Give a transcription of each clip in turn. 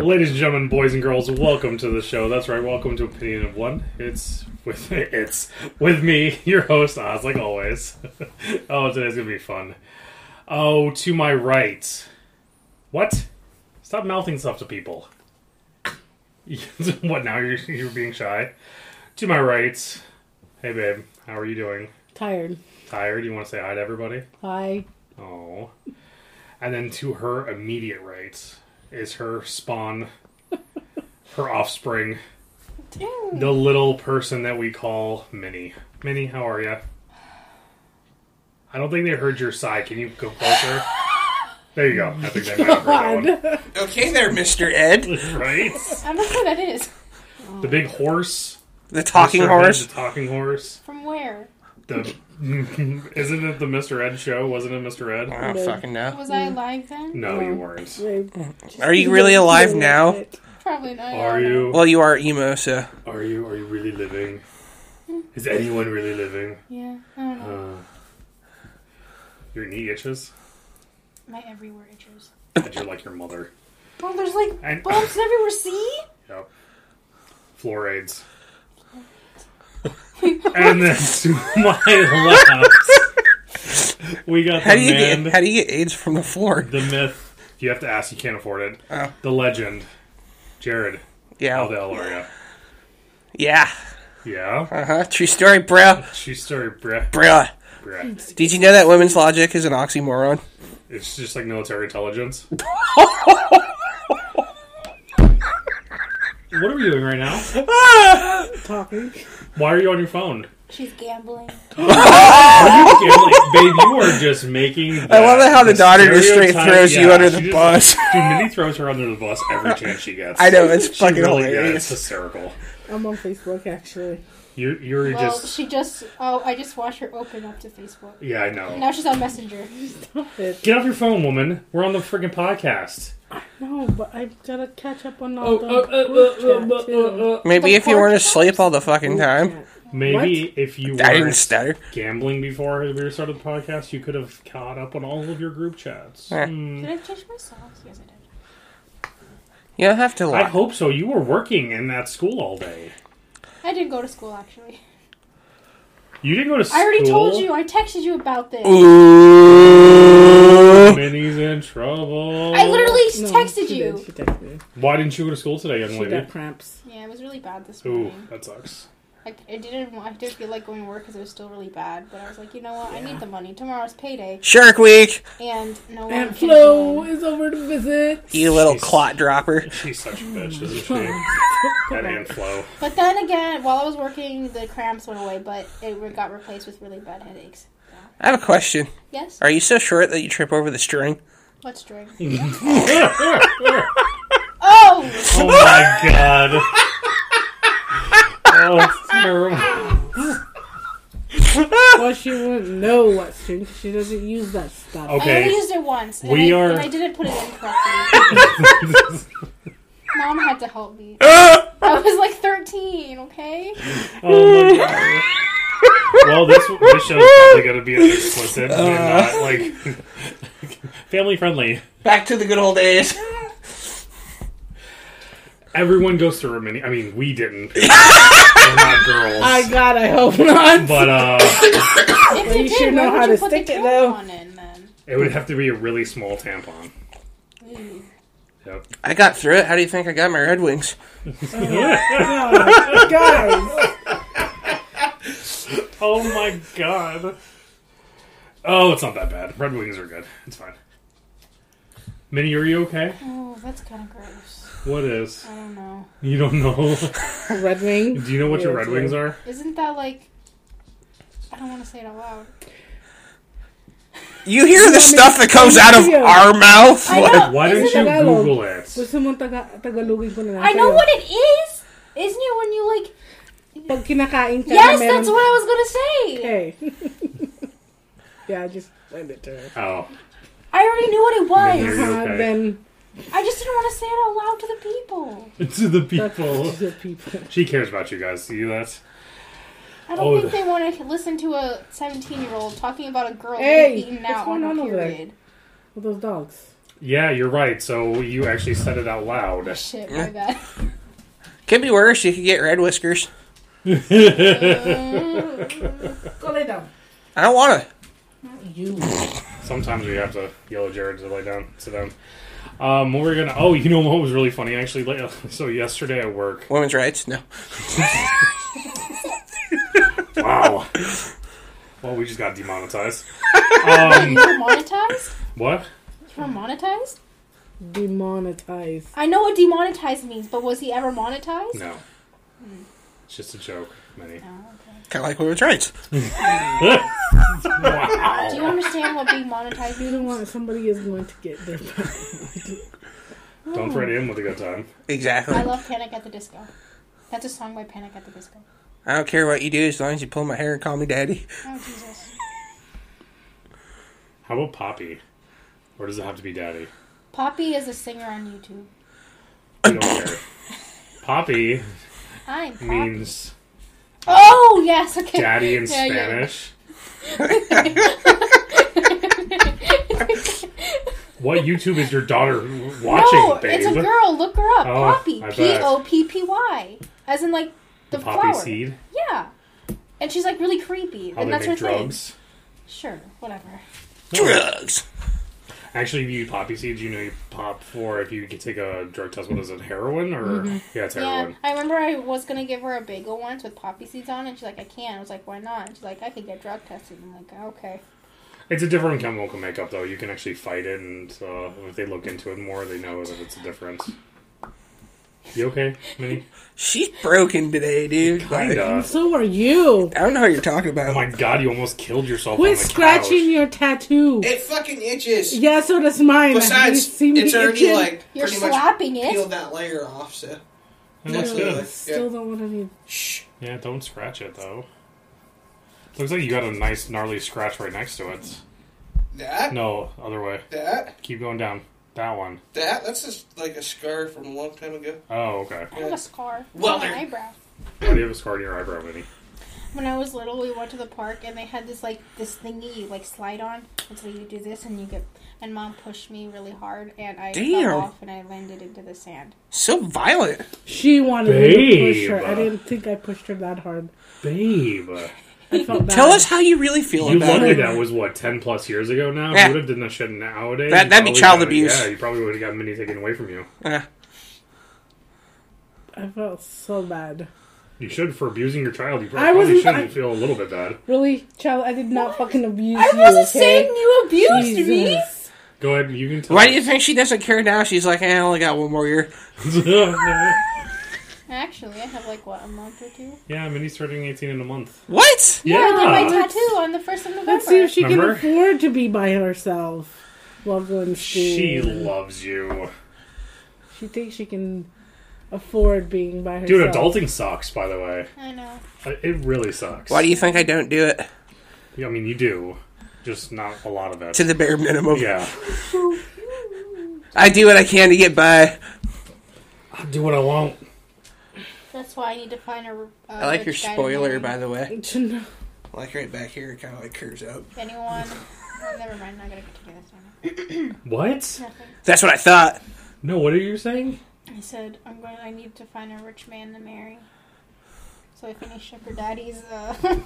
Ladies and gentlemen, boys and girls, welcome to the show. That's right, welcome to Opinion of One. It's with it's with me, your host Oz, like always. oh, today's gonna be fun. Oh, to my right. What? Stop mouthing stuff to people. what now? You're you're being shy. To my right. Hey, babe. How are you doing? Tired. Tired? You want to say hi to everybody? Hi. Oh. And then to her immediate right is her spawn, her offspring, the little person that we call Minnie. Minnie, how are you? I don't think they heard your sigh. Can you go closer? There you go. I think they might have heard that God. Okay there, Mr. Ed, one. Right? I'm not sure that is. The big horse. the talking Mr. Ed, horse. The talking horse. From where? The isn't it the Mr. Ed show? Wasn't it Mr. Ed? I don't fucking know. Was I Mm. alive then? No, you weren't. Are you really alive now? Probably not. Are you? Well, you are emo, so Are you? Are you really living? Is anyone really living? Yeah. I don't know. Uh, your knee itches. My everywhere itches. And you're like your mother. Bro, there's like And bumps everywhere. See? yep. Floor aids. and then to my left, we got how the do you man, get how do you get AIDS from the floor? the myth. You have to ask. You can't afford it. Oh. The legend, Jared. How the Yeah, hell are ya? yeah. Yeah. Uh huh. True story, bro. She started breath. Bruh. breath. Did you know that women's logic is an oxymoron? It's just like military intelligence. what are we doing right now? Ah! Talking. Why are you on your phone? She's gambling. Yeah, I'm like, babe, you are just making. I love it how the daughter just straight stereotype- throws you yeah, under she the just- bus. Dude, Minnie throws her under the bus every chance she gets. I know it's She fucking really does. It's hilarious. hysterical. I'm on Facebook actually. You're, you're Well, just. she just. Oh, I just watched her open up to Facebook. Yeah, Mm. I know. Now she's on Messenger. Get off your phone, woman. We're on the freaking podcast. No, but I've gotta catch up on Oh, all the group chat, too. Maybe The if you weren't podcast? asleep all the fucking time. Maybe if you I didn't were stutter. gambling before we started the podcast, you could have caught up on all of your group chats. Yeah. Hmm. Did I change my songs? Yes, I did. You don't have to I lie. hope so. You were working in that school all day. I didn't go to school actually. You didn't go to school. I already told you. I texted you about this. Ooh. Minnie's in trouble. I literally No, texted she you. Did. She texted me. Why didn't you go to school today, young She lady? got cramps. Yeah, it was really bad this Ooh, morning. that sucks. I, I didn't want, I didn't feel like going to work because it was still really bad. But I was like, you know what? I need the money. Tomorrow's payday, Shark Week. and no one And can Flo go. is over to visit. You little Jeez. clot dropper. She's such a bitch, isn't she? Mm. that and flow. But then again, while I was working, the cramps went away, but it re- got replaced with really bad headaches. I have a question. Yes. Are you so short that you trip over the string? Let's drink. oh Oh, my god. Oh, it's terrible. Well, she wouldn't know what string. 'cause She doesn't use that stuff. I only Okay, used it once. And We I, are- And I didn't put it in correctly. Mom had to help me. Ah! I was like 13. Okay. Oh my god. Well, this this show is probably going to be an explicit and not like family friendly. Back to the good old days. Everyone goes through a mini. I mean, we didn't. We're not girls. My God, I hope not. but uh, If you, you did, should why know would how you to put the stick it, tampon though. in then? it would have to be a really small tampon. Ooh. Yep. I got through it. How do you think I got my Red Wings? God, guys, Oh my god. Oh, it's not that bad. Red Wings are good. It's fine. Minnie, are you okay? Oh, that's kind of gross. What is? I don't know. You don't know. Red Wing. Do you know what your Yeah, Red it's Wings like- are? Isn't that like? I don't want to say it out loud. You hear the stuff that comes out of video. our mouth? I Like, know. Why don't Isn't you it Tagalog? Google it? Gusto mong taga Tagalogin ko na lang I know sa'yo. what it is. Isn't it when you like? Pag kinakain ka, Yes, meron- that's what I was gonna say. Hey. yeah, I just send it to her. Oh. I already knew what it was. Menu. Uh, okay? Then I just didn't want to say it out loud to the people. To the that's people. the people. She cares about you guys. See that? I don't Oh, think the- they want to listen to a seventeen-year-old talking about a girl Hey, being beaten what's out going on on her over there? period. with those dogs. Yeah, you're right. So you actually said it out loud. Shit, my bad. Could be worse. You could get red whiskers. Go lay down. I don't want to. You. Sometimes we have to yell at Jared to lay down, sit down. Um, what we're gonna? Oh, you know what was really funny actually? like, So yesterday at work. Women's rights? No. Wow. well, we just got demonetized. Um, You were monetized? what? You were monetized? Demonetized. I know what demonetized means, but was he ever monetized? No. It's just a joke, Minnie. Oh, okay. Kind of like women's rights. Oh. Do you understand what being monetized You means? don't want somebody is going to get their back. Don't fret in with a good time. Exactly. I I love Panic at the Disco. That's a song by Panic at the Disco. don't care what you do as long as you pull my hair and call me daddy. Oh, Jesus. How about Poppy? Or does it have to be Daddy? Poppy is a singer on YouTube. We don't care. Poppy I'm Poppy. means uh, Oh, yes, okay. daddy in Yeah, yeah. Spanish. what YouTube is your daughter watching, No, babe? it's a girl. Look her up. Oh, Poppy. I bet. P O P P Y. As in, like, the, Poppy flower. seed. Yeah. And she's, like, really creepy. How and they that's her make drugs. thing. Sure, whatever. Drugs. Actually, if you eat poppy seeds, you know you pop for if you could take a drug test. What is it? Heroin or yeah, it's Yeah, heroin. I remember I was gonna give her a bagel once with poppy seeds on, it, and she's like, "I can't." I was like, "Why not?" And she's like, "I could get drug tested." I'm like, "Okay." It's a different chemical makeup, though. You can actually fight it, and uh, if they look into it more, they know that it's a difference. You okay, Minnie? She's broken today, dude. Like, Kinda. So are you. I don't know what you're talking Oh about. my god, you almost killed yourself. on Quit the scratching Couch. your tattoo. It fucking itches. yeah, so does mine. You Besides, see me it's already itching? like You're pretty slapping much it. peeled that layer off. So It looks Yeah. good. Still don't want any. shh. Yeah, don't scratch it though. Looks like you got a nice gnarly scratch right next to it. That No, other way. that Keep going down. That one. that that's just like a scar from a long time ago. Oh, okay. I have a scar Well, on my there- eyebrow. Why do you have a scar on your eyebrow, Minnie? When I was little, we went to the park and they had this like this thingy you like slide on, and so you do this and you get. And mom pushed me really hard, and I Damn. fell off and I landed into the sand. So violent. She wanted me to push her. Babe. I didn't think I pushed her that hard. Babe. I felt bad. Tell us how you really feel You about luckily it. that was what, ten plus years ago now? Yeah. You would have done that shit nowadays. That- you that'd be probably child got- abuse. Yeah, you probably would have got Minnie taken away from you. Uh, I felt so bad. You should for abusing your child. You I probably wasn't- shouldn't I- feel a little bit bad. Really, child, I did not fucking abuse I you. wasn't okay? saying you abused me. Jesus. Go ahead, you can tell. why do you think she doesn't care now? She's like, eh, I only got one more year. Actually, I have like what a month or two. yeah, Minnie's turning eighteen in a month. What? Yeah, I did my tattoo on the first of November. Let's see if she Remember? can afford to be by herself while going to school. She loves you. She thinks she can afford being by herself. Dude, adulting sucks, by the way. I know. Uh, It really sucks. Why do you think I don't do it? you- I mean, you do, just not a lot of it. To the bare minimum. Yeah. I do what I can to get by. I do what I want. That's why I need to find a. uh, I like your spoiler, by the way. Adult. Like right back here, it kind of like curves up. Anyone? Never mind. I'm not gonna continue this one. What? Nothing. That's what I thought. No, what are you saying? I said I'm going. I need to find a rich man to marry. So I finished Shepherd Daddy's. Uh,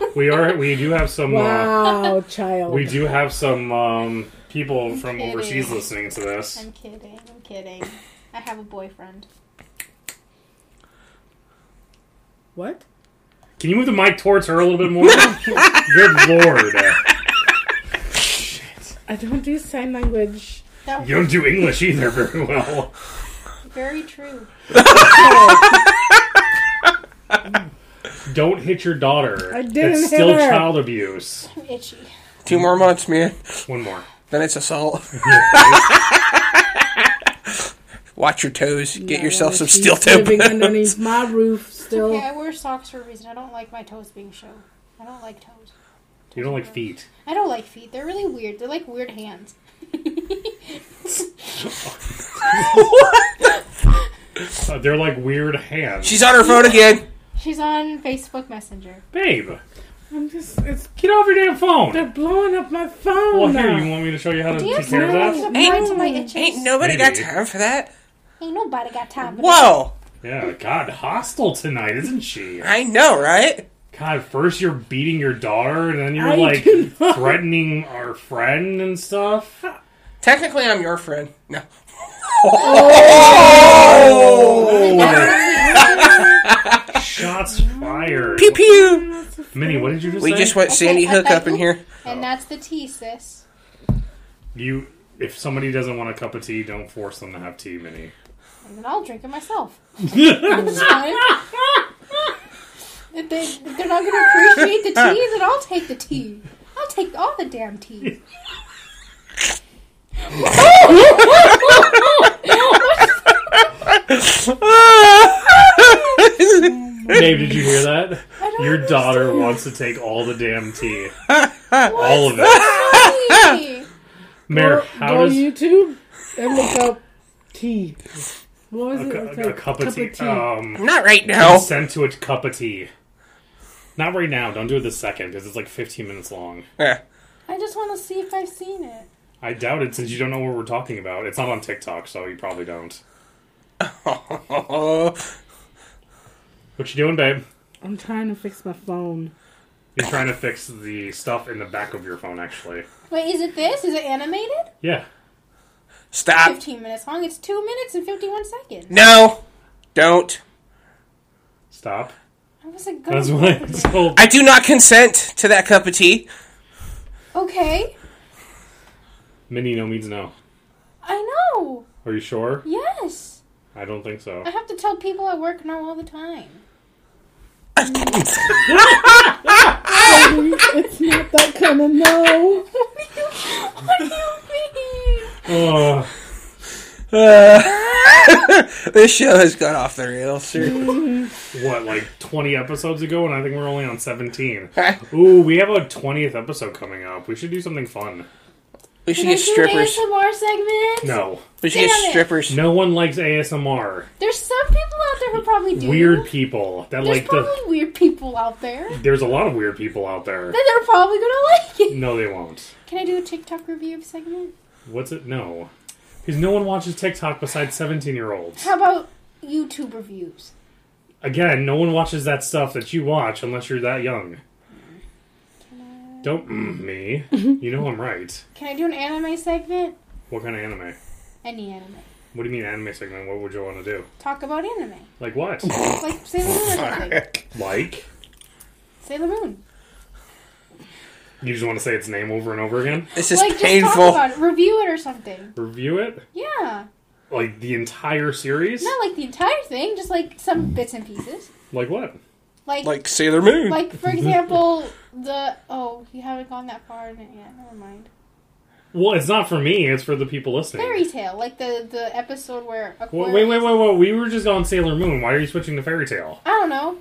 We are. We do have some. Uh, Wow, child. we do have some um, people from Kidding. overseas listening to this. I'm kidding. I'm kidding. I have a boyfriend. What? Can you move the mic towards her a little bit more? Good lord. I don't do sign language. That was You don't do English either very well. very true. Don't hit your daughter. I didn't That's hit still her. child abuse. I'm itchy. Two more months, man. One more. Then it's assault. Watch your toes. Get Not yourself if some she's steel toe Living boots. underneath my roof still. Okay, I wear socks for a reason. I don't like my toes being shown. I don't like toes. You don't like feet. I don't like feet. They're really weird. They're like weird hands. Uh, they're like weird hands. She's on her phone again. She's on Facebook Messenger. Babe. I'm just. It's. Get off your damn phone. They're blowing up my phone well, now. here, you want me to show you how to Do you take care of that? have Ain't- to my itches? Ain't nobody got Maybe. time for that. Ain't nobody got time. for that. Whoa! Yeah, God, hostile tonight, isn't she? I know, right? God, first you're beating your daughter, and then you're I like do not- threatening our friend and stuff. Technically, I'm your friend. No. Oh. Oh Shots fired. Pew pew! Minnie, what did you just We say? just went Sandy I Hook thought up in you- here. And that's the tea, sis. you. If somebody doesn't want a cup of tea, don't force them to have tea, Minnie. And then I'll drink it myself. It's fine. If they, if they're not going to appreciate the tea, then I'll take the tea. I'll take all the damn tea. Dave, did you hear that? I don't Your daughter understand. wants to take all the damn tea, What? all of it. Why? Mayor, Go- go how does on YouTube and look up tea. What was a, it? cu- It's a like cup of tea? Um, Not right now. consent to a cup of tea. Not right now. Don't do it this second because it's like 15 minutes long. Yeah. I just want to see if I've seen it. I doubt it since you don't know what we're talking about. It's not on TikTok, so you probably don't. What you doing, babe? I'm trying to fix my phone. You're trying to fix the stuff in the back of your phone, actually. Wait, is it this? Is it animated? Yeah. Stop. 15 minutes long. It's 2 minutes and 51 seconds. No. Don't. Stop. I was like, That's go- what I was told. I do not consent to that cup of tea. Okay. Mini no means no. I know. Are you sure? Yes. I don't think so. I have to tell people at work no all the time. it's not that kind of no. What do you, what do you mean? Ugh. Uh, this show has gone off the rails. sir. what, like 20 episodes ago? And I think we're only on 17. Okay. Ooh, we have a 20th episode coming up. We should do something fun. We should Can I get do strippers. an ASMR segment? No. We should get Damn it. strippers. No one likes ASMR. There's some people out there who probably do. Weird people. That There's like probably the. weird people out there. Then There's a lot of weird people out there. they're probably gonna like it. No, they won't. Can I do a TikTok review segment? What's it? No. Because no one watches TikTok besides 17 year olds. How about YouTube reviews? Again, no one watches that stuff that you watch unless you're that young. Don't mm me. You know I'm right. Can I do an anime segment? What kind of anime? Any anime. What do you mean anime segment? What would you want to do? Talk about anime. Like what? Like Sailor Moon or something. like? Sailor Moon. You just want to say its name over and over again? This is like just talk painful. about it. Review it or something. Review it? Yeah. Like the entire series? Not like the entire thing, just like some bits and pieces. Like what? Like like, Like Sailor Moon. for example, the oh, you haven't gone that far in it yet. Never mind. Well, it's not for me, it's for the people listening. Fairy tale, like the the episode where Wait, Aquarius. wait, wait, wait, wait. We were just on Sailor Moon. Why are you switching to Fairy Tale? I don't know.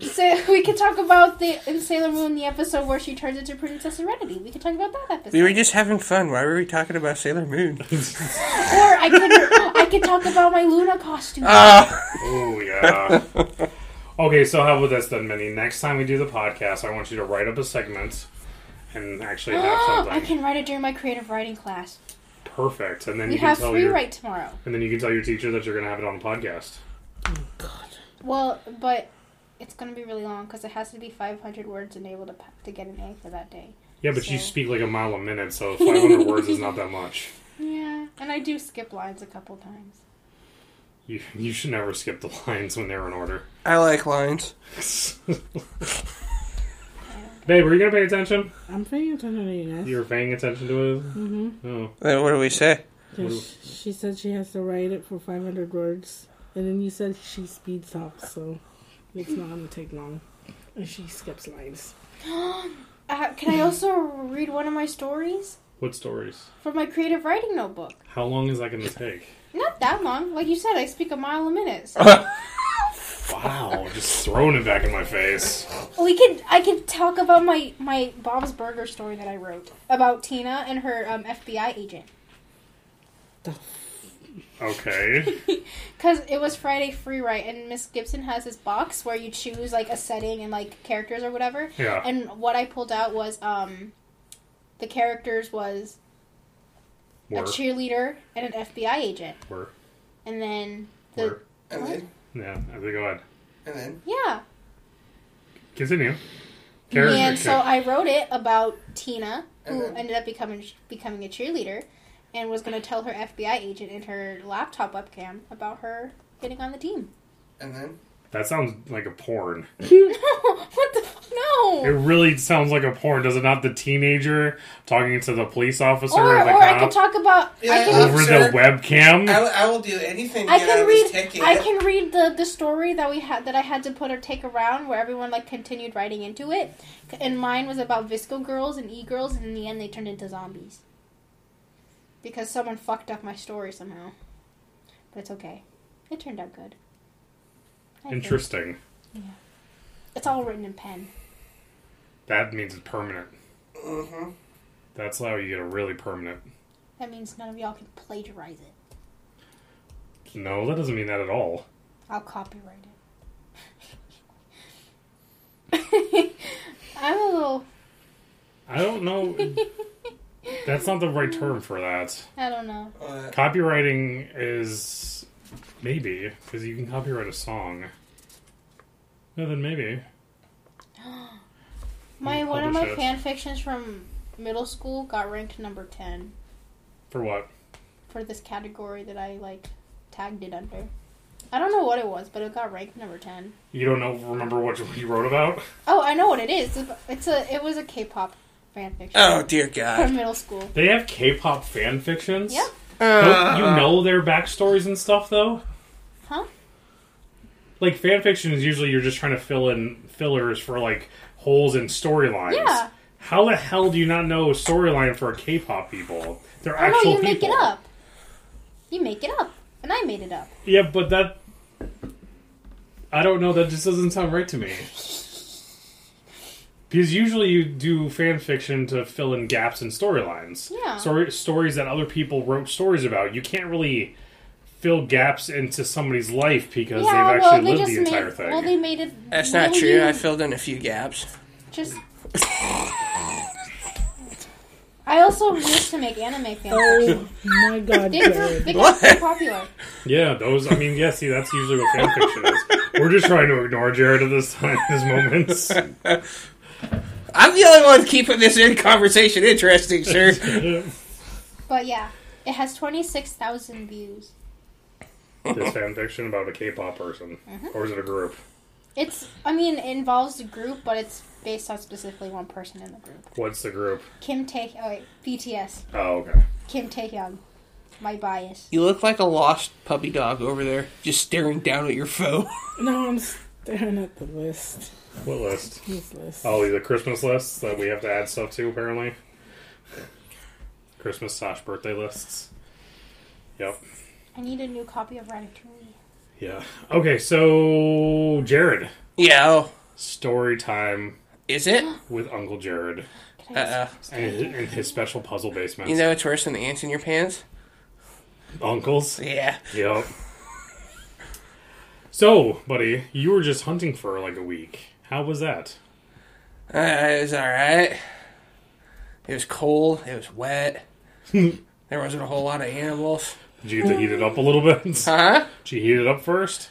So we could talk about the in Sailor Moon the episode where she turns into Princess Serenity. We could talk about that episode. We were just having fun. Why were we talking about Sailor Moon? Or I could I could talk about my Luna costume. Ah. Oh yeah. okay, so how about this then, Minnie? Next time we do the podcast, I want you to write up a segment and actually have I something can write it during my creative writing class. perfect, and then We you can have tell free your write tomorrow. and then you can tell your teacher that you're going to have it on the podcast. Well, but it's gonna be really long because it has to be 500 words and able to pa- to get an A for that day. Yeah, but you So- speak like a mile a minute, so 500 words is not that much. Yeah, and I do skip lines a couple times. You you should never skip the lines when they're in order. I like lines. Babe, were you going to pay attention? I'm paying attention to you guys. You were paying attention to it. Mm-hmm. Oh, Then Uh, what do we say? Because she said she has to write it for 500 words, and then you said she speed talks, so it's not gonna take long. And she skips lines. Uh, can I also read one of my stories what stories? from my creative writing notebook? How long is that going to take? Not that long. Like you said, I speak a mile a minute. So Oh, Wow, just throwing it back in my face. we could, I could talk about my my Bob's Burger story that I wrote about Tina and her um, FBI agent. The Okay. Because it was Friday free write, and Miss Gibson has this box where you choose like a setting and like characters or whatever. Yeah. And what I pulled out was um, the characters was a Were. cheerleader and an FBI agent, Were. and then the Were. And then, Yeah. I think go ahead. and then, yeah. Continue. Character. and so I wrote it about Tina, who Okay. ended up becoming becoming a cheerleader, and was going to tell her FBI agent in her laptop webcam about her getting on the team. and then. that sounds like a porn. No, what the fuck? It No. really sounds like a porn. Does it not? The teenager talking to the police officer Or, or, the or I could cop talk about. I Yeah, can, over Officer. the webcam. I, will- I will do anything. to I get can out of this read. ticket. I can read the the story that we had that I had to put or take around where everyone like continued writing into it, and mine was about visco girls and e girls, and in the end they turned into zombies. Because someone fucked up my story somehow, but it's okay. It turned out good. I think. Interesting. It's all written in pen. That means it's permanent. Mm-hmm. hmm That's how you get a really permanent. That means none of y'all can plagiarize it. No, that doesn't mean that at all. I'll copyright it. I'm a little. I don't know. That's not the right term for that. I don't know. Uh, Copywriting is maybe because you can copyright a song. No, then maybe. My and one of my publish it. fan fictions from middle school got ranked number ten For what? for this category that I like tagged it under. I don't know what it was, but it got ranked number ten. You don't know? Remember what you wrote about? Oh, I know what it is. It's a it was a K-pop fan fiction Oh dear from God. middle school. They have K-pop fan fictions. Yeah. Don't you Uh, know their backstories and stuff though? Huh? Like fan fiction is usually you're just trying to fill in fillers for like holes in storylines. Yeah. How the hell do you not know a storyline for K-pop people? They're Oh actual no, you make people. it up. You make it up, and I made it up. Yeah, but that I don't know. That just doesn't sound right to me. Because usually you do fan fiction to fill in gaps in storylines. Yeah. Story, stories that other people wrote stories about. You can't really fill gaps into somebody's life because yeah, they've well, actually they lived just the made entire thing. well they made it. that's not well, true. you I filled in a few gaps. just. I also used to make anime fan fiction. Oh my god, They were Jared. they got so popular. Yeah, those. I mean, yeah. See, that's usually what fan fiction is. We're just trying to ignore Jared at this time, this moment. I'm the only one keeping this in conversation interesting, sir. But yeah, it has 26,000 views. this fan fiction about a K-pop person, or is it a group? It's, I mean, it involves the group, but it's based on specifically one person in the group. What's the group? Kim Tae, oh wait, BTS. Oh, okay. Kim Tae Hyung. My bias. You look like a lost puppy dog over there, just staring down at your phone. No, I'm staring at the list. What list? This list. Oh, the Christmas lists that we have to add stuff to, apparently. Christmas slash birthday lists. Yep. I need a new copy of Ratatouille. Yeah. Okay, so Jared, yeah. oh, story time Is it? with Uncle Jared Can I Uh and, and his special puzzle basement. You know it's worse than the ants in your pants? Uncles. Yeah. Yep. So, buddy, you were just hunting for like a week. How was that? Uh, it was alright. It was cold. It was wet. there wasn't a whole lot of animals. Did you get to heat it up a little bit? Did Huh? you heat it up first?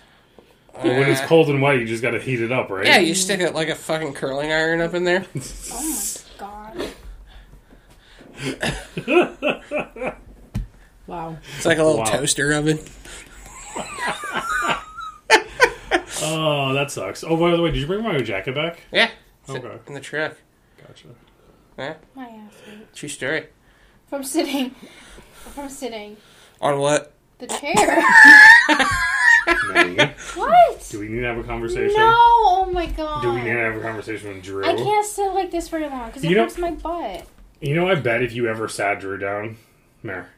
Well, when it's Uh, cold and wet, you just gotta heat it up, right? Yeah, you stick it like a fucking curling iron up in there. Oh my god. Wow. It's like a little Wow. toaster oven. Oh, that sucks. Oh, by the way, did you bring my jacket back? Yeah. It's Okay. In the truck. Gotcha. Yeah. My ass. hurt. True story. From sitting. From sitting. On what? The chair. what? do we need to have a No! conversation? Oh my god. Do we need to have a conversation with Drew? I can't sit like this very long because it You know- hurts my butt. You know, I bet if you ever sat Drew down, Mare,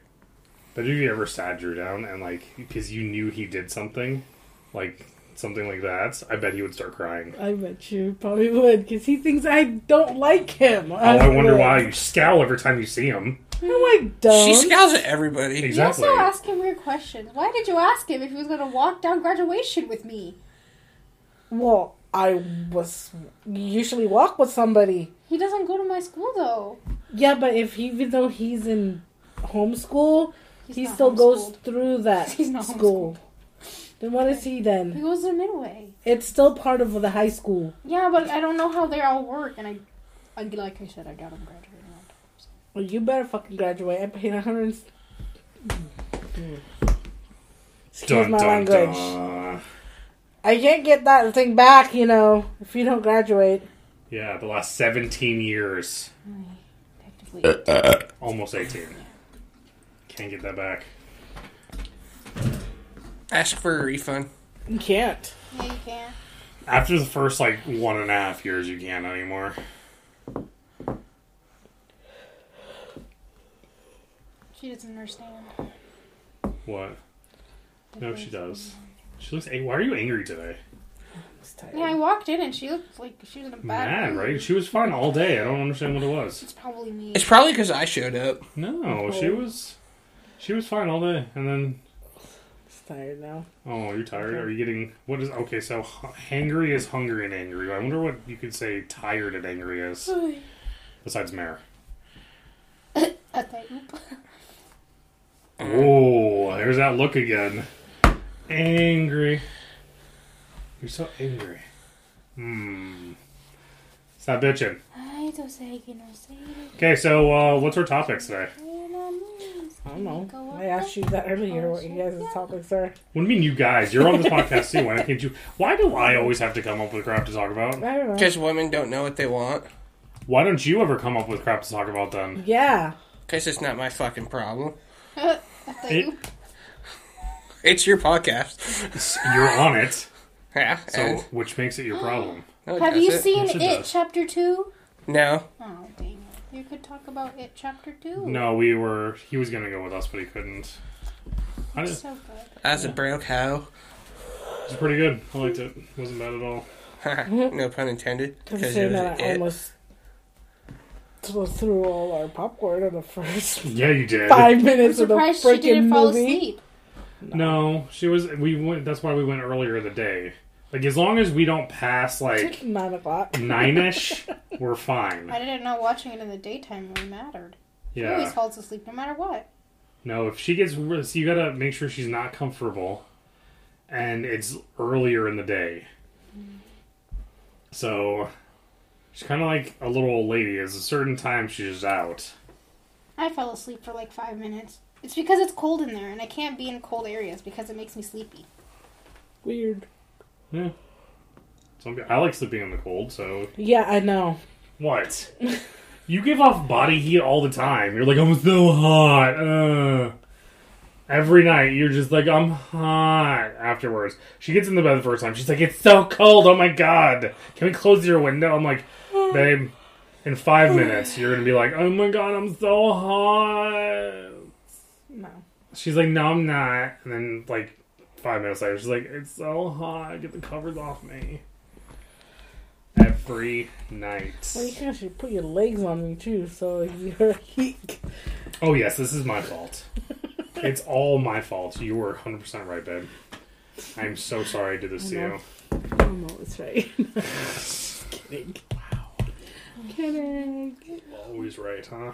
bet if you ever sat Drew down and like because you knew he did something, like something like that, I bet he would start crying. I bet you probably would, because he thinks I don't like him. Oh, I wonder why you scowl every time you see him. I'm like, dumb. She scowls at everybody. You Exactly. also ask him weird questions. Why did you ask him if he was going to walk down graduation with me? well, I was usually walk with somebody. He doesn't go to my school though. Yeah, but if he, even though he's in homeschool, he not still goes homeschooled. through that He's not school. Then what is he He then? goes to Midway. It's still part of the high school. Yeah, but I don't know how they all work, and I, I like I said, I doubt I'm graduating. Well, you better fucking graduate. I paid a hundred. and- Excuse Dun, my dun, language. dun. I can't get that thing back, you know, if you don't graduate. Yeah, the last 17 years. Technically, Uh. Almost 18. Can't get that back. Ask for a refund. You can't. yeah, you can. After the first, like, one and a half years, you can't anymore. She doesn't understand. What? No, she does. She looks. Why are you angry today? It's tight. Yeah, I walked in and she looked like she was in a bad. Mad, mood. right? She was fine all day. I don't understand what it was. It's probably me. It's probably because I showed up. No, she was. She was fine all day, and then. It's tired now. Oh, you're tired. Are you getting what is okay? So, hu- hangry is hungry and angry. I wonder what you could say tired and angry is besides mare. Okay, oop. Oh, there's that look again. Angry. You're so angry. Hmm. Stop bitching. I don't say you know, say Okay, so uh, what's our topics today? I don't know. I asked you that earlier. What you guys' topics are? What do you mean, you guys? You're on this podcast too. Why can't you? Why do I always have to come up with crap to talk about? I don't know. Because women don't know what they want. Why don't you ever come up with crap to talk about then? Yeah. Because it's not my fucking problem. It, It's your podcast. you're on it, Yeah. so and- which makes it your problem. no, it Have you doesn't. seen Yes, it it, does. Chapter Two? No. Oh dang it! You could talk about it Chapter Two. No, we were. He was gonna go with us, but he couldn't. I It's just, so good. I was a broke hoe. it was pretty good. I liked it. wasn't bad at all. Mm-hmm. no pun intended. Because it Considering was that I it. uh, almost threw- threw all our popcorn in the first Yeah, you did. five I'm minutes of the surprised she freaking didn't fall movie. asleep. No, she was. We went. That's why we went earlier in the day. Like as long as we don't pass like Nine o'clock. nine ish, we're I fine. didn't know watching it in the daytime really mattered. She always Yeah. falls asleep no matter what. No, if she gets, so you gotta make sure she's not comfortable, and it's earlier in the day. So she's kind of like a little old lady. It's a certain time she's out. I fell asleep for like five minutes. It's because it's cold in there, and I can't be in cold areas because it makes me sleepy. Weird. Yeah. Some, I like sleeping in the cold. So Yeah, I know. what? you give off body heat all the time. You're like I'm so hot. Uh. Every night you're just like I'm hot. Afterwards, she gets in the bed the first time. She's like, "It's so cold. Oh my god, can we close your window?" I'm like, "Babe, in five minutes you're gonna be like, oh my god, I'm so hot." No. She's like, "No, I'm not." And then like five minutes later, she's like, "It's so hot. Get the covers off me." Every Well, you night. can actually put your legs on me too, so you're heat. Oh yes, this is my fault. it's all my fault. You were 100 percent right, babe. I'm so sorry I did this to I you. know. Oh no, it's right. Just kidding. Kidding. Always right, huh?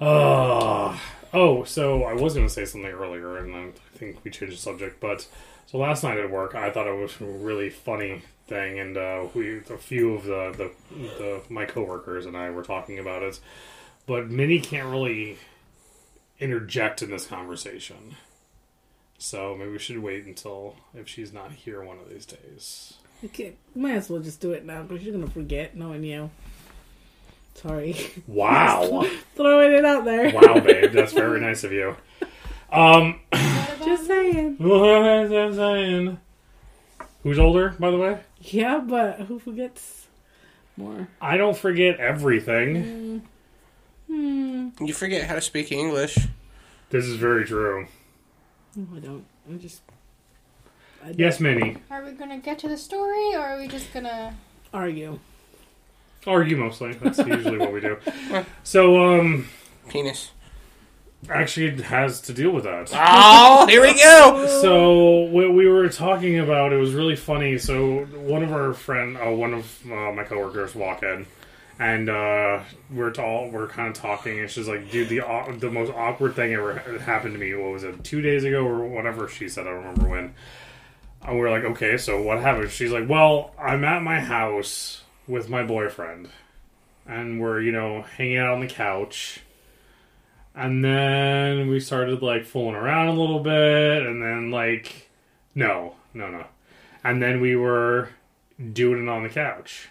Uh, oh, so I was going to say something earlier, and then I think we changed the subject. But so last night at work, I thought it was a really funny thing, and uh, we a few of the, the the my coworkers and I were talking about it, but many can't really interject in this conversation. So maybe we should wait until if she's not here one of these days. Okay, might as well just do it now because you're gonna forget knowing you. Sorry, Wow, throwing it out there. wow, babe, that's very nice of you. Um, What about Just saying. What I'm saying. Who's older, by the way? Yeah, but who forgets more? I don't forget everything. Hmm. You forget how to speak English. This is very true. No, I don't. I just. I don't Yes, Minnie. Are we gonna get to the story, or are we just gonna? Argue. Argue mostly. That's usually what we do. So, um, Penis. Actually, it has to deal with that. Oh, here we go. So what we were talking about, it was really funny. So one of our friend, uh, one of uh, my coworkers, walk in, and uh, we're t- all we're kind of talking, and she's like, "Dude, the au- the most awkward thing ever happened to me. What was it? Two days ago or whatever?" She said, "I don't remember when." And we're like, "Okay, so what happened?" She's like, "Well, I'm at my house with my boyfriend, and we're you know hanging out on the couch." And then we started like fooling around a little bit, and then like, no, no, no. And then we were doing it on the couch.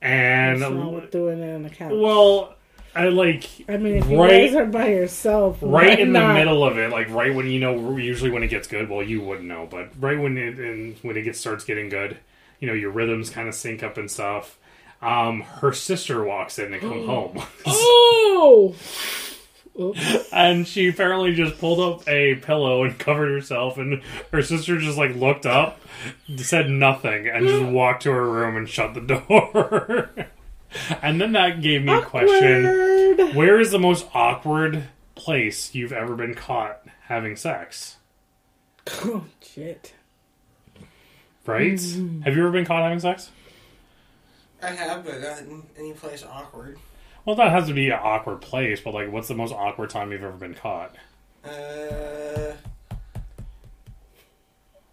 And It's not worth doing it on the couch. well, I like I mean, if you right- guys are by yourself, right why in the not? middle of it, like right when you know, usually when it gets good. Well, you wouldn't know, but right when it and when it gets starts getting good, you know, your rhythms kind of sync up and stuff. Um, her sister walks in and come home. Oh, Oops. And she apparently just pulled up a pillow and covered herself, and her sister just like looked up, said nothing, and just walked to her room and shut the door. and then that gave me a question: Awkward. Where is the most awkward place you've ever been caught having sex? Oh shit! Right? Mm-hmm. Have you ever been caught having sex? I have, but not in any place awkward. Well, that has to be an awkward place, but like, what's the most awkward time you've ever been caught? Uh.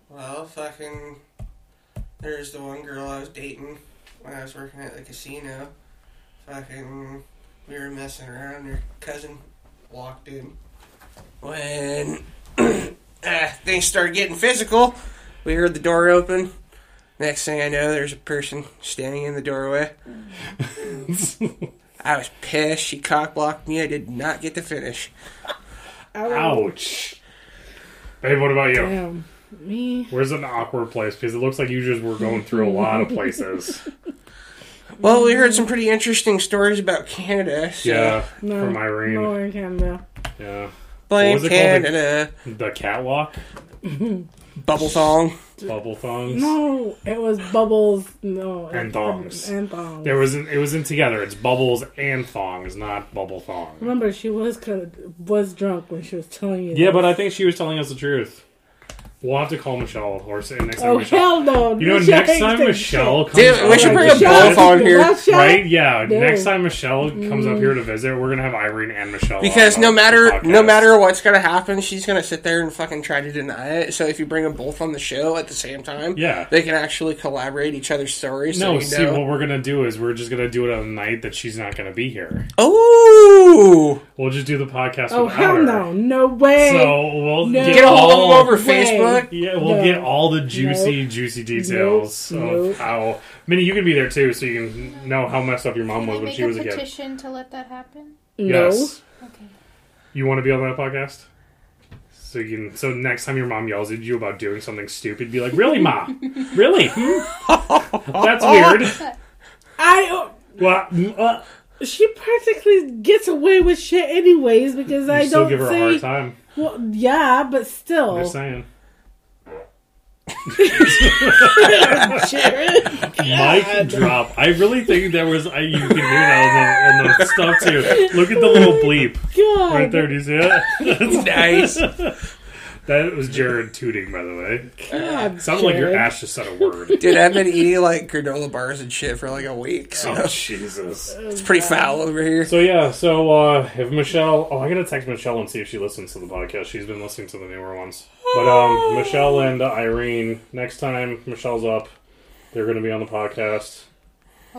Well, fucking. There's the one girl I was dating when I was working at the casino. Fucking. We were messing around, and her cousin walked in. When uh, things started getting physical, we heard the door open. Next thing I know, there's a person standing in the doorway. I was pissed. She cock blocked me. I did not get to finish. Ouch. Babe, what about you? Oh, Damn, me. Where's an awkward place? Because it looks like you just were going through a lot of places. Well, we heard some pretty interesting stories about Canada. So yeah, No, from Irene. No, I can though. Yeah, Blame What was it called? Canada. the catwalk, Bubble thong. bubble thongs. No, it was bubbles. No, And it- thongs. And thongs. There was it was in together. It's bubbles and thongs, not bubble thong. Remember, she was kind of was drunk when she was telling you. Yeah, this. but I think she was telling us the truth. We'll have to call Michelle or say next time oh Michelle. hell no! You know, Michelle next hates time that Michelle comes. Dude, we up should and bring a visits- both Michelle, on here, Michelle, Right? Yeah. No. Next time Michelle comes up Mm. here to visit, we're gonna have Irene and Michelle. Because on no our matter no Oh, podcast. matter what's gonna happen, she's gonna sit there and fucking try to deny it. So if you bring them both on the show at the same time, Yeah. they can actually collaborate each other's stories. No, so you see, know. what we're gonna do is we're just gonna do it on a night that she's not gonna be here. oh, We'll just do the podcast. Oh without hell her. no! No way! So we'll No. get, get a hold of them all over way. Facebook. Yeah, we'll No. get all the juicy, juicy details Nope. of Nope. how. Minnie, you can be there too, so you can know how messed up your mom was Can when we make she was a a kid. petition to let that happen? no. Yes. Okay. You want to be on that podcast? So you can. So next time your mom yells at you about doing something stupid, be like, "Really, ma? really? Hmm? That's weird." I. Well, mm, uh, She practically gets away with shit anyways because you I still don't give her say. a hard time. Well, yeah, but I'm still, just saying. Jared. Mic drop. I really think that was. I, you can hear that on the, on the stuff too. Look at the little bleep God, right there. Do you see it? nice. That was Jared tooting, by the way. God, Sounds like your Jared. ass just said a word. Dude, I've been eating like granola bars and shit for like a week, so oh Jesus! it's pretty foul over here. So yeah, so uh, if Michelle, oh, I gotta text Michelle and see if she listens to the podcast. She's been listening to the newer ones. But um, Michelle and Irene, next time Michelle's up, they're gonna be on the podcast.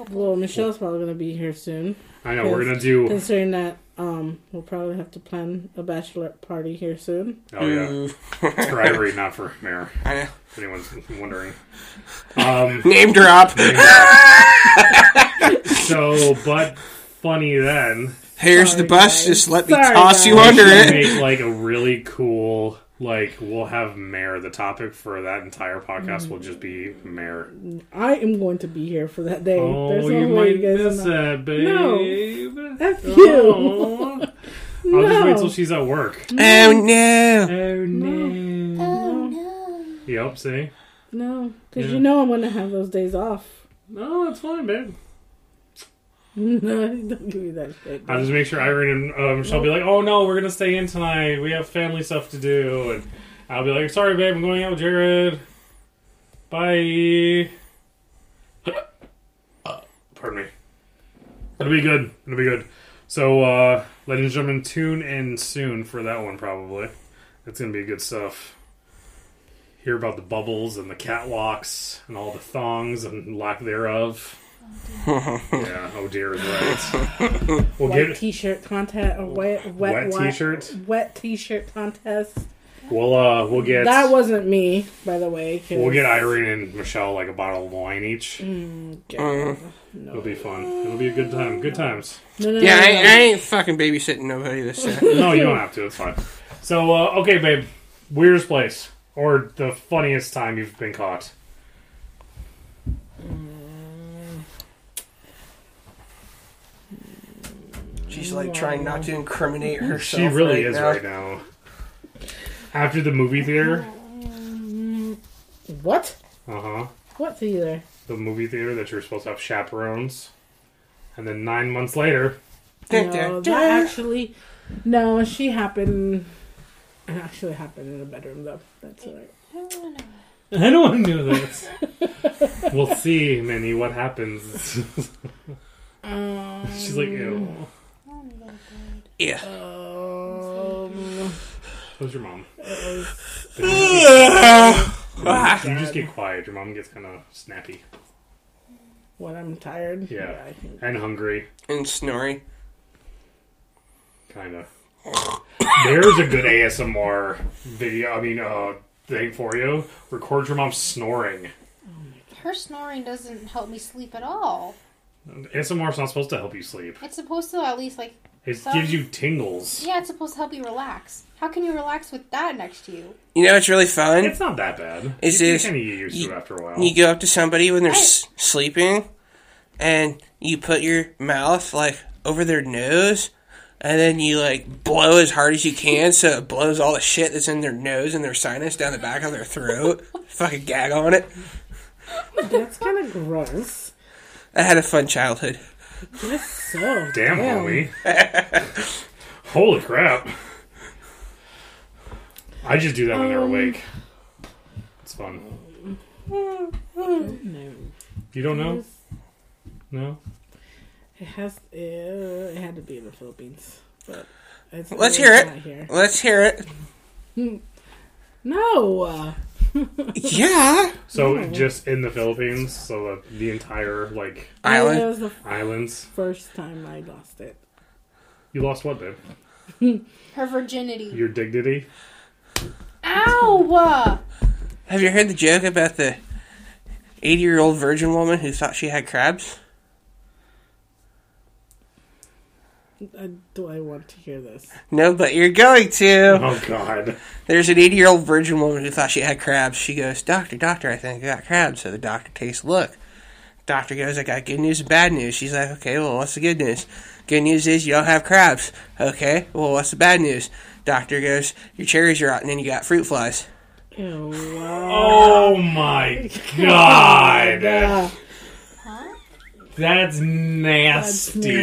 Well, Michelle's probably gonna be here soon. I know we're gonna do. Considering that, um, we'll probably have to plan a bachelorette party here soon. Oh yeah, Ooh. for Irene, not for Mayor. I know. If anyone's wondering. Um, Name drop. so, but funny then. Here's Sorry, the bus. guys. Just let me Sorry, toss you guys. under should it. Make like a really cool like we'll have mayor. The topic for that entire podcast will just be mayor. I am going to be here for that day. There's Oh, no you way might you guys miss are that, not. babe. F you. Aw. No. I'll just wait till she's at work. Oh no! Oh no. Oh no. Yep. See. No, because Yeah. you know I'm going to have those days off. No, it's fine, babe. No, don't give me that shit. I'll just make sure Irene and uh, Michelle be like, "Oh no, we're gonna stay in tonight. We have family stuff to do." And I'll be like, "Sorry, babe, I'm going out with Jared. Bye." Uh, Pardon me. It'll be good. It'll be good. So, uh, ladies and gentlemen, tune in soon for that one. Probably, it's gonna be good stuff. Hear about the bubbles and the catwalks and all the thongs and lack thereof. yeah. Oh dear is right. We'll White get. t-shirt contest, a wet, wet, Wet wi- t-shirts? wet t-shirt contest. We'll uh we'll get That wasn't me, by the way. 'cause- we'll get Irene and Michelle like a bottle of wine each. Uh-huh. God, Hmm, no. It'll be fun. It'll be a good time. Good times. No, no, Yeah, no, I, no, I no. ain't fucking babysitting nobody this time. No, you don't have to. It's fine. So uh, okay, babe. Weirdest place or the funniest time you've been caught. She's like trying not to incriminate herself. She really right is now. right now. After the movie theater. Hmm, What? Uh huh. What theater? The movie theater that you're supposed to have chaperones. And then nine months later, Dun, No, dun, that dun. actually, no, she happened. It actually happened in a bedroom though. That's all right. Oh, I know I knew this. we'll see, Minnie, what happens. Um, She's like, ew. Yeah. um, Who's your mom? Ah. You just get quiet. Your mom gets kind of snappy when I'm tired. Yeah. I think. and hungry, And snoring. kind of. There's a good ASMR video. I mean, uh, thing for you. Record your mom snoring. Her snoring doesn't help me sleep at all. ASMR's not supposed to help you sleep. It's supposed to at least like It Some- gives you tingles. yeah, it's supposed to help you relax. How can you relax with that next to you? You know what's really fun? It's not that bad. It's you just- kind of get used to you- it after a while. You go up to somebody when they're s- sleeping, and you put your mouth like over their nose, and then you like blow as hard as you can, so it blows all the shit that's in their nose and their sinus down the back of their throat. Fucking gag on it. That's kind of gross. I had a fun childhood. Guess so. Damn, homie. Holy crap. I just do that when they're Um, awake. It's fun. No, You don't know? Yes. No? it has. uh, It had to be in the Philippines, but it's, Let's it's hear it. not Here. Let's hear it. No. uh, Yeah. So just in the Philippines, so the, the entire like That Island. was the islands. first time I lost it. You lost what, babe? Her virginity. Your dignity. Ow! Have you heard the joke about the 80 year old virgin woman who thought she had crabs? Uh, do I want to hear this? No, but you're going to. Oh God. There's an 80 year old virgin woman who thought she had crabs. She goes, Doctor, doctor, I think I got crabs. So the doctor takes a look. Doctor goes, I got good news and bad news. She's like, Okay, well, what's the good news? Good news is you don't have crabs. Okay, well, what's the bad news? Doctor goes, Your cherries are rotten and you got fruit flies. Ew, wow. Oh my God. Yeah, That's that's nasty.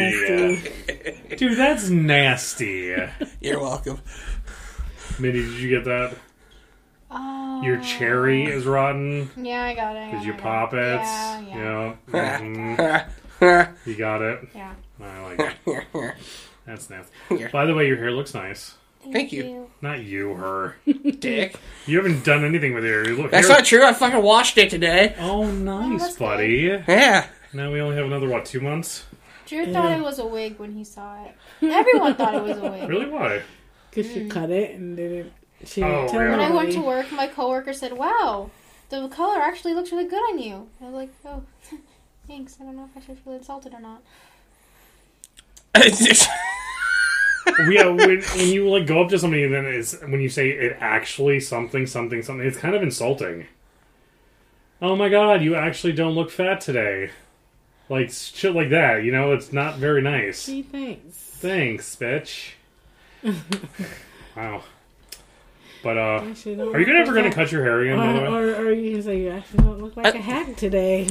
nasty. Dude, that's nasty. You're welcome. Minnie, did you get that? Uh, Your cherry is rotten. yeah, I got it. I Did got you it. pop it? Yeah, yeah. Yeah. Mhm. You got it. Yeah. I like it. Thank That's nasty. Yeah. By the way, your hair looks nice. you, Not you, her. Dick. You haven't done anything with your hair. You look. That's hair- not true. I fucking washed it today. Oh, nice, that's buddy. Yeah. Now we only have another what? Two months? Drew thought it was a wig when he saw it. Everyone thought it was a wig. Really? Why? Because she cut it and didn't. She Oh, didn't tell really? When Mm. I went to nobody. work, my coworker said, "Wow, the color actually looks really good on you." I was like, "Oh, thanks." I don't know if I should feel insulted or not. yeah, when, when you like go up to somebody and then it's when you say it actually something something something, it's kind of insulting. Oh my god, you actually don't look fat today. Like shit like that, you know, it's not very nice. Gee, thanks. Thanks, bitch. wow. But uh, Actually, don't are you look ever like gonna that. cut your hair again? By the Or, way, or, or you can say you actually don't look Uh, like a hag today.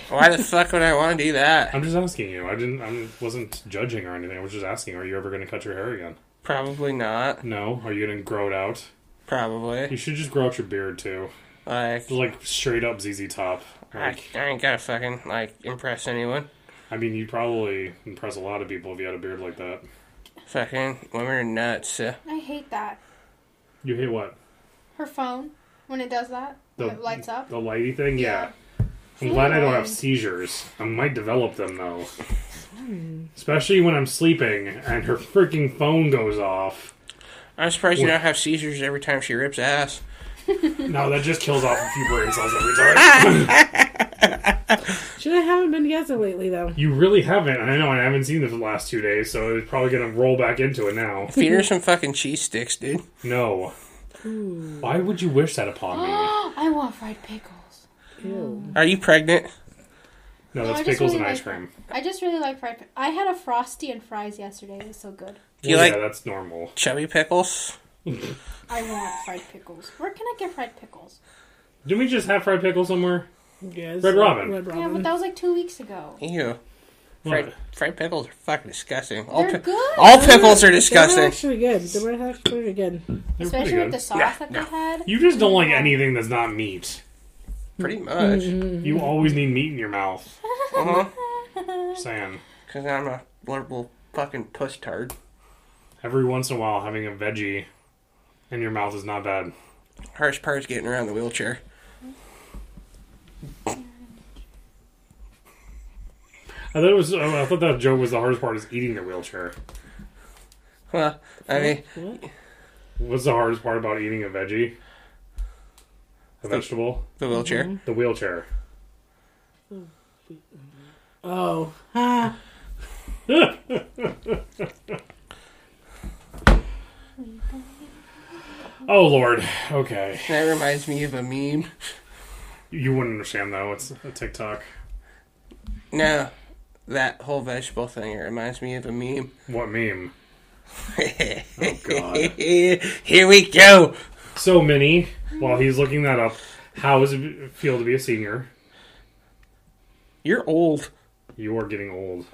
Hmm. Why the fuck would I want to do that? I'm just asking you. I didn't. I wasn't judging or anything. I was just asking. Are you ever gonna cut your hair again? Probably not. No. Are you gonna grow it out? You Probably. should just grow out your beard too, Like, like straight up ZZ Top. I, Like, I ain't gotta fucking like impress anyone. I mean, you'd probably impress a lot of people if you had a beard like that. Fucking women are nuts. So. I hate that. You hate what? Her phone, when it does that, when it lights up. The lighty thing? Yeah. Yeah. I'm glad I don't Annoying. have seizures. I might develop them though. Especially when I'm sleeping and her freaking phone goes off. I'm surprised you What? don't have seizures every time she rips ass. No, that just kills off a few brain cells every time. Should I haven't been together lately though? you really haven't, and I know, and I haven't seen it the last two days, so it's probably gonna roll back into it now. Feed her some fucking cheese sticks, dude. No. Why would you wish that upon me? I want fried pickles. Ew. Are you pregnant? No, No, that's I just pickles really and ice like cream. I just really like fried pickles. I had a frosty and fries yesterday. It was so good. Do you Well, like yeah, that's normal. chubby pickles? I want fried pickles. Where can I get fried pickles? Didn't we just have fried pickles somewhere? Yes. Red Robin. Red Yeah, but Robin. that was like two weeks ago. Ew. Fried, What? fried pickles are fucking disgusting. All, They're pi- good. all pickles are They were disgusting. actually good. They were actually pretty good. They're pretty Especially with the good. sauce Yeah, that no. they had. You just don't like anything that's not meat. Pretty much. Mm-hmm. You always need meat in your mouth. Uh-huh. Saying. Because I'm a liberal fucking puss tard. Every once in a while, having a veggie in your mouth is not bad. Hardest part is getting around the wheelchair. I thought it was. oh, I thought that joke was the hardest part is eating the wheelchair. Well, I mean, What? What's the hardest part about eating a veggie? A vegetable? the wheelchair. The wheelchair. Oh. Ha. Oh lord. Okay. That reminds me of a meme. You wouldn't understand though. It's a TikTok. No, that whole vegetable thing it reminds me of a meme. What meme? oh God. Here we go. So many. While he's looking that up, how does it feel to be a senior? You're old. You are getting old.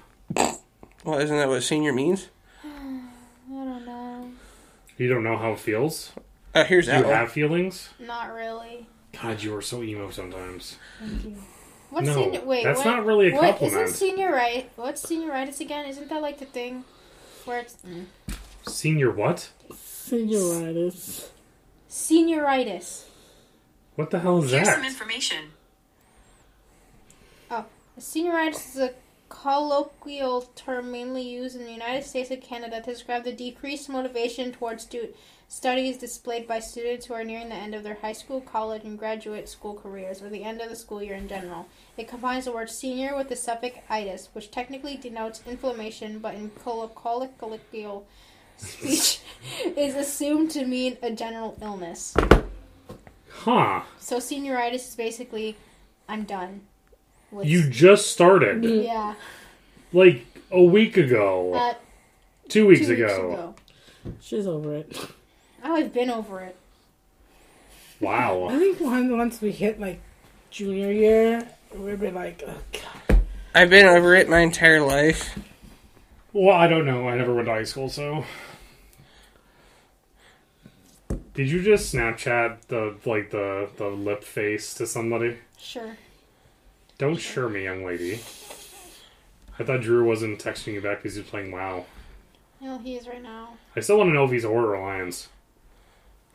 Well, isn't that what senior means? I don't know. You don't know how it feels. Oh, here's Do you that one. have feelings? Not really. God, you are so emo sometimes. What's No, senior? Wait, that's what, not really a what- compliment. Isn't seniorite? What's senioritis again? Isn't that like the thing where it's mm. Senior what? Senioritis. senioritis? What the hell is Here's that? some information. Senioritis is a colloquial term mainly used in the United States and Canada to describe the decreased motivation towards stu- studies displayed by students who are nearing the end of their high school, college, and graduate school careers, or the end of the school year in general. It combines the word senior with the suffix itis, which technically denotes inflammation, but in collo- colloquial speech is assumed to mean a general illness. Huh. So senioritis is basically, I'm done. With You just started. yeah. Like a week ago. Uh, two two weeks, weeks ago. ago. She's over it. Oh, I've been over it. I Wow. think one, once we hit like junior year, we'd be like, oh god. I've been over it my entire life. Well, I don't know. I never went to high school, so. Did you just Snapchat the like the the lip face to somebody? Sure. Don't sure me, young lady. I thought Drew wasn't texting you back because he was playing WoW. No, he is right now. I still want to know if he's Order Alliance.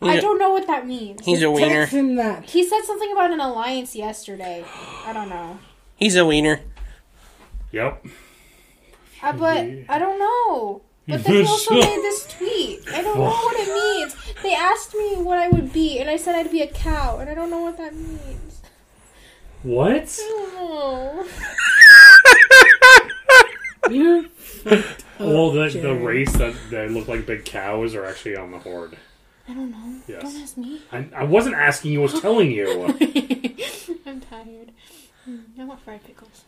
I Yeah. don't know what that means. He's a wiener. Text him that. He said something about an alliance yesterday. I don't know. He's a wiener. Yep. Uh, but I don't know. But then he also made this tweet. I don't know what it means. They asked me what I would be, and I said I'd be a cow, and I don't know what that means. What? I don't know. You're fucked up, Well, the, the Jared. race that, that look like big cows are actually on the horde. I don't know. Yes. Don't ask me. I, I wasn't asking you, I was telling you. I'm tired. Mm, I want fried pickles.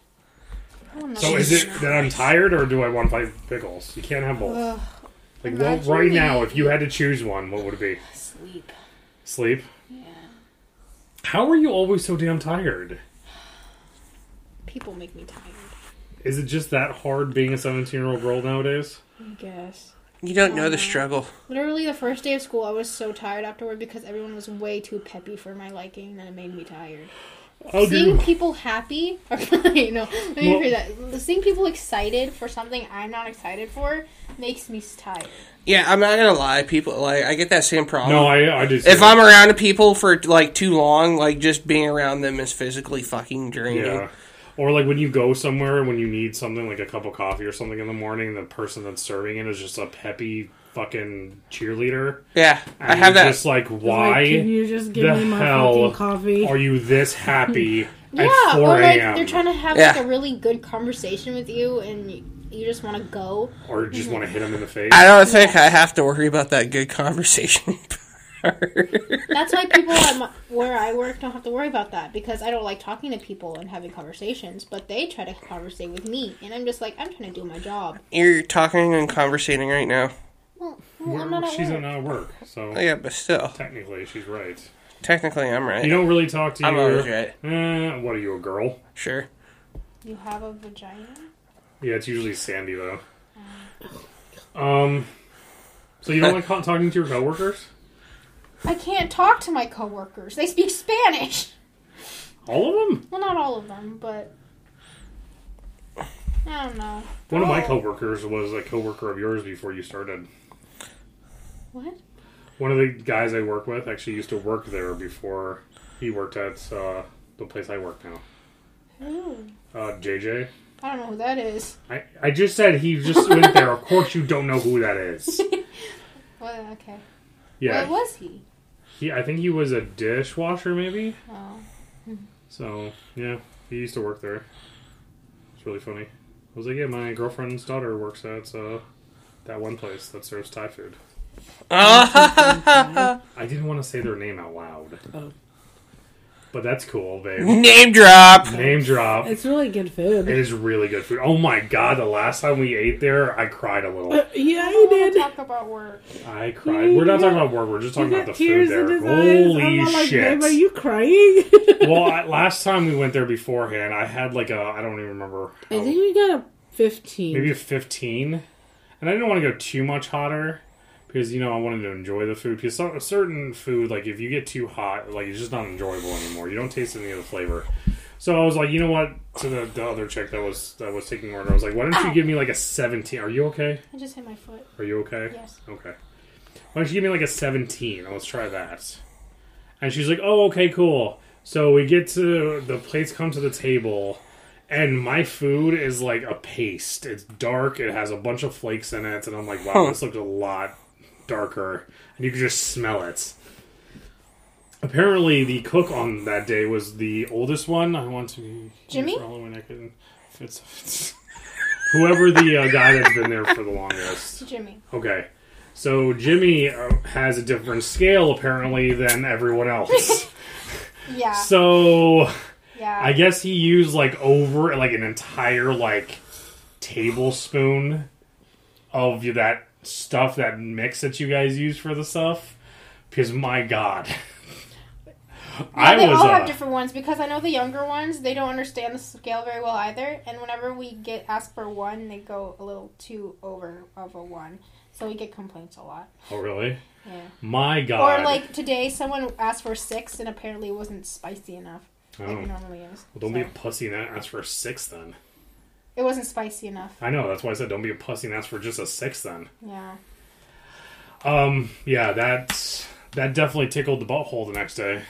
I don't know. So is it that I'm tired or do I want to play pickles? You can't have both. Ugh, Like, well, right Imagine now, me. if you had to choose one, what would it be? Sleep. Sleep. Yeah. How are you always so damn tired? People make me tired. Is it just that hard being a 17 year old girl nowadays? I guess. You don't know the struggle. Literally, the first day of school, I was so tired afterward because everyone was way too peppy for my liking, and it made me tired. I'll seeing do. people happy, or you know, let me Oh, Well- rephrase that. Seeing people excited for something I'm not excited for makes me tired. Yeah, I'm not gonna lie. People like I get that same problem. No, I, I just. if I'm around people for like too long, like just being around them is physically fucking draining. Yeah. Or like when you go somewhere when you need something like a cup of coffee or something in the morning, the person that's serving it is just a peppy fucking cheerleader. Yeah, And I have you're that. Just like Like, why can you just give the me my hell fucking coffee? are you this happy at yeah, four or like a.m. they're trying to have Yeah. like a really good conversation with you, and you, you just want to go. or just Mhm. want to hit them in the face? I don't think I have to worry about that good conversation. part. That's why people at my, where I work don't have to worry about that because I don't like talking to people and having conversations, but they try to conversate with me, and I'm just like, I'm trying to do my job. You're talking and conversating right now. Oh, Well, well, We're- I'm not at she's work. not at work, so Yeah, but still, technically she's right. technically, I'm right. You don't really talk to I'm your. always right. Eh, what are you a girl? Sure. You have a vagina? Yeah, it's usually Sandy though. Uh, Um, so you don't like co- talking to your coworkers? I can't talk to my coworkers. They speak Spanish. All of them? Well, not all of them, but I don't know. One of my Oh. coworkers was a coworker of yours before you started. What? One of the guys I work with actually used to work there before he worked at uh, the place I work now. Who? Uh, JJ. I don't know who that is. I, I just said he just went there. Of course, you don't know who that is. Well, okay. Yeah, What was he? he. I think he was a dishwasher, maybe. Oh. So yeah, he used to work there. It's really funny. I was like, yeah, my girlfriend's daughter works at uh, that one place that serves Thai food. I didn't want to say their name out loud. Oh. But that's cool, babe. Name drop. Name drop. It It's really good food. is really good food. Oh my god, the last time we ate there, I cried a little. Uh, yeah, I he don't wanna did. talk about work. I cried. We're not talking about work, we're just talking He about the got food tears in there. his eyes. Holy I'm all like, shit. Babe, are you crying? well, I, last time we went there beforehand, I had like a, I don't even remember. I how- think we got a 15. maybe a 15 and i didn't want to go too much hotter because you know i wanted to enjoy the food because so- certain food like if you get too hot like it's just not enjoyable anymore you don't taste any of the flavor so i was like you know what to the, the other chick that was that was taking order i was like why don't you give me like a 17 are you okay I just hit my foot. are you okay Yes. okay why don't you give me like a 17 let's try that and she's like oh okay cool so we get to the plates come to the table and my food is like a paste. It's dark. It has a bunch of flakes in it, and I'm like, wow, this looked a lot darker, and you can just smell it. Apparently, the cook on that day was the oldest one. I want to be Jimmy? for Halloween. I couldn't. It's, it's- whoever the uh, guy that's been there for the longest. Jimmy. Okay, so Jimmy uh, has a different scale apparently than everyone else. Yeah. so yeah. I guess he used like over like an entire like tablespoon of that stuff that mix that you guys use for the stuff because my god Yeah, I they was all have uh, different ones because I know the younger ones they don't understand the scale very well either. And whenever we get asked for one, they go a little too over of a one, so we get complaints a lot. oh really Yeah. my god Or like today, someone asked for six, and apparently it wasn't spicy enough. oh. Like it well, normally is. don't be a So, pussy and ask for a six then It wasn't spicy enough. I know that's why I said don't be a pussy and ask for just a six then Yeah. Um, yeah, that that definitely tickled the butthole the next day.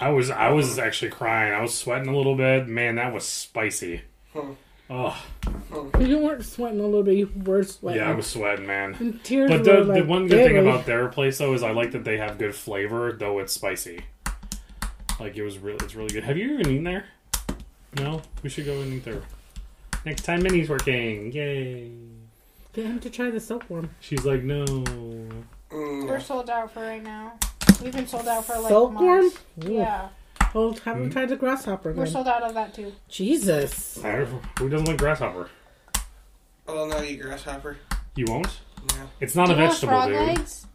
I was I was actually crying. I was sweating a little bit. Man, that was spicy. Hmm. Oh You weren't sweating a little bit. You were sweating. yeah, I was sweating, man. And tears But the, were like, the one good thing "Babe." about their place though is I like that they have good flavor, though it's spicy. Like it was real. It's really good. Have you even eaten there? No, we should go and eat there. Next time, Minnie's working. Yay! Get him to try the silkworm. She's like, no. Mm, We're sold out for right now. We've been sold out for like Silkworm? months. Yeah. Oh, Hmm? haven't tried the grasshopper. We're then. sold out of that too. Jesus. I don't- Who doesn't like grasshopper? I will not eat oh, grasshopper. You won't? Yeah. It's not Do a you want vegetable, frog dude. legs?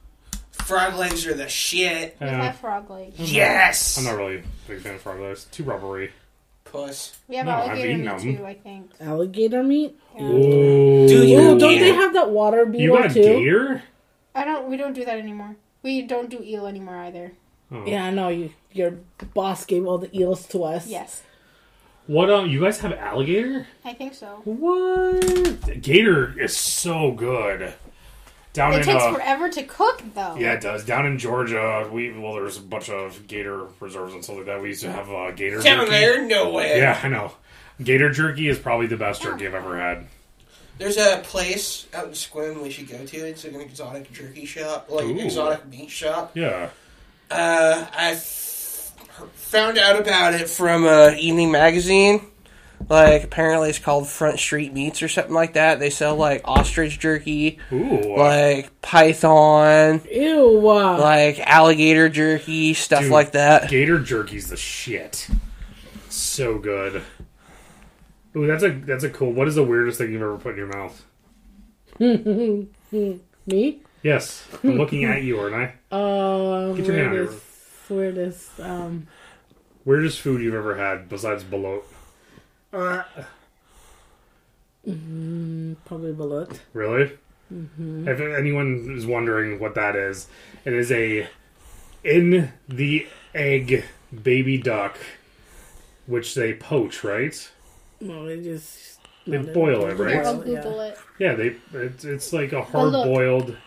Frog legs are the shit. With Uh, my frog legs. Yes. I'm not really a big fan of frog legs. Too rubbery. Puss. Yeah, No, but I've alligator eaten meat them. too, I think. Alligator meat? Yeah. Ooh. Dude, you- Oh, Ooh, don't they yeah. have that water beetle You got too? gator? I don't. We don't do that anymore. We don't do eel anymore either. Oh. Yeah, I know. You, your boss gave all the eels to us. Yes, What? Um, you guys have alligator? I think so. What? Gator is so good. Down It in takes uh, forever to cook, though. Yeah, it does. Down in Georgia, we well, there's a bunch of gator reserves and stuff like that. We used to have uh, gator Down jerky. there, no way. Yeah, I know. Gator jerky is probably the best jerky I've ever had. There's a place out in Squim we should go to. It's like an exotic jerky shop, like Ooh. exotic meat shop. Yeah. Uh, I f- found out about it from uh, Evening Magazine. Like apparently it's called Front Street Meats or something like that. They sell like ostrich jerky, Ooh. like python, Ew. uh, like alligator jerky, stuff Dude. like that. gator jerky's the shit. So good. Ooh, that's a that's a cool. What is the weirdest thing you've ever put in your mouth? me? Yes, I'm looking at you, aren't I? Uh, Get your hand out where of does, where does, um, Weirdest food you've ever had besides bloat? probably Balut. Really? If anyone is wondering what that is, it is a in the egg baby duck, which they poach, right? No, they just. They no, boil it, right? I'll boil it, yeah. Google it. Yeah, they it's, it's like a hard boiled.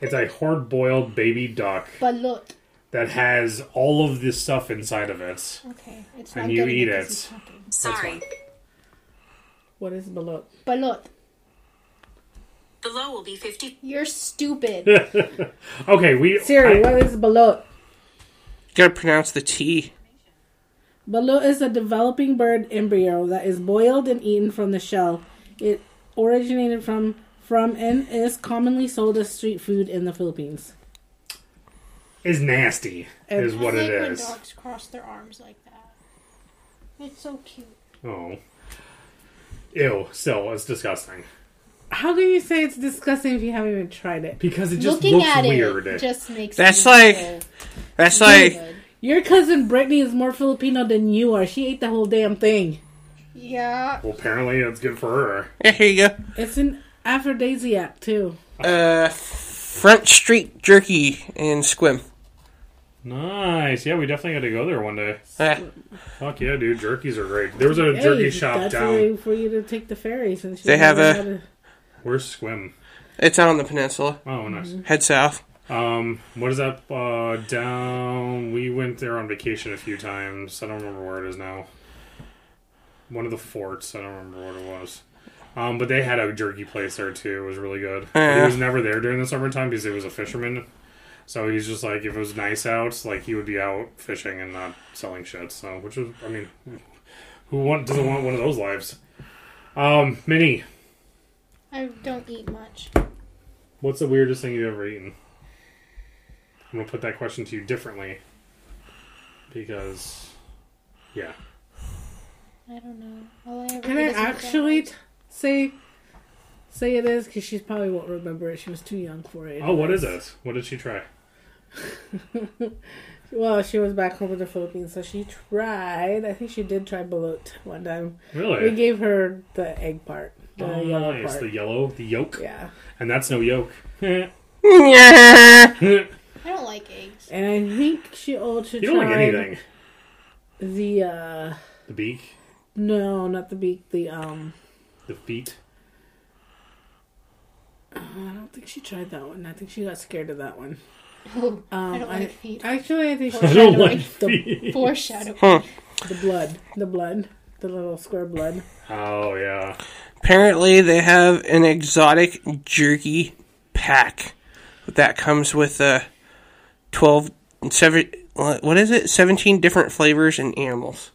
It's a hard boiled baby duck But look. that has all of this stuff inside of it. Okay, it's And not you getting eat because it. he's talking. Sorry. What is Balut? But look, Below will be 50. you're stupid. Okay, we Siri, I- what is Balut? Gotta pronounce the T. Balut is a developing bird embryo that is boiled and eaten from the shell. It originated from from and is commonly sold as street food in the Philippines. is nasty is I what I it like when is. dogs cross their arms like that. It's so cute. Oh, ew! Still, it's disgusting How can you say it's disgusting if you haven't even tried it? because it just Looking looks at weird. it just makes That's me like- so That's like good. Your cousin Brittany is more Filipino than you are. She ate the whole damn thing. yeah. Well, apparently it's good for her. yeah, here you go. It's an aphrodisiac too. Uh, Front Street Jerky in Squim. Nice. Yeah, we definitely got to go there one day. Ah, Fuck yeah, dude. Jerkies are great. There was a jerky Hey, shop that's down. a way for you to take the ferry since you They have don't know a- how to- Where's Squim? it's out on the peninsula. Oh, nice. Head south. Um, what is that? Uh, down. We went there on vacation a few times. I don't remember where it is now. One of the forts. I don't remember what it was. Um, but they had a jerky place there too. It was really good. But he Yeah. was never there during the summertime because he was a fisherman. So he's just like, if it was nice out, like he would be out fishing and not selling shit. So, which was, I mean, who want doesn't want one of those lives? Um, Minnie, I don't eat much. what's the weirdest thing you've ever eaten? I'm gonna put that question to you differently because, yeah, I don't know. All I ever Can eat I is McDonald's. actually t- say say it is? Because she probably won't remember it. She was too young for it. oh, what is it? What did she try? Well, she was back home in the Philippines, so she tried. I think she did try balut one time. We Really? gave her the egg part, the Oh, yellow nice. part. The yellow, the yolk, yeah, and that's no yolk. you Yeah. don't I don't like eggs. and I think she also like tried anything. the uh The beak, no, not the beak. The um, the feet. I don't think she tried that one. I think she got scared of that one. Ooh, Um, I don't like feet. Actually, I think I she don't tried like the, feet. Foreshadowing. the blood, the blood, the little square blood. Oh yeah. Apparently, they have an exotic jerky pack that comes with uh, 12, and seven, what is it? 17 different flavors and animals.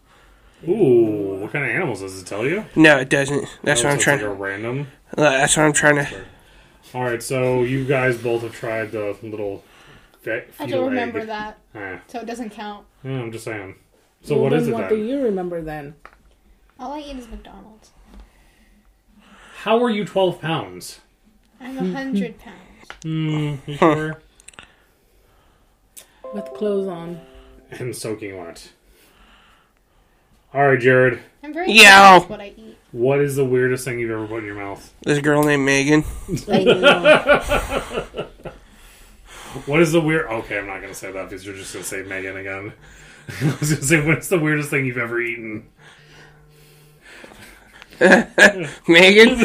Ooh, what kind of animals does it tell you? No, it doesn't. That's Oh, so what I'm it's trying. Like a random. uh, that's what I'm trying to. All right, so you guys both have tried the little. Fe- I fetal don't remember egg. that, Eh, so it doesn't count. yeah, I'm just saying. So Well, what then is it What then? do you remember then? All I eat is McDonald's. How are you 12 pounds? I'm Hmm. a hundred pounds. Mm, you sure? with clothes on. and soaking wet. All right, Jared. I'm very Yeah. yeah. what I eat. What is the weirdest thing you've ever put in your mouth? This girl named Megan. What is the weird? Okay, I'm not gonna say that because you're just gonna say Megan again. I was gonna say, what's the weirdest thing you've ever eaten? Megan?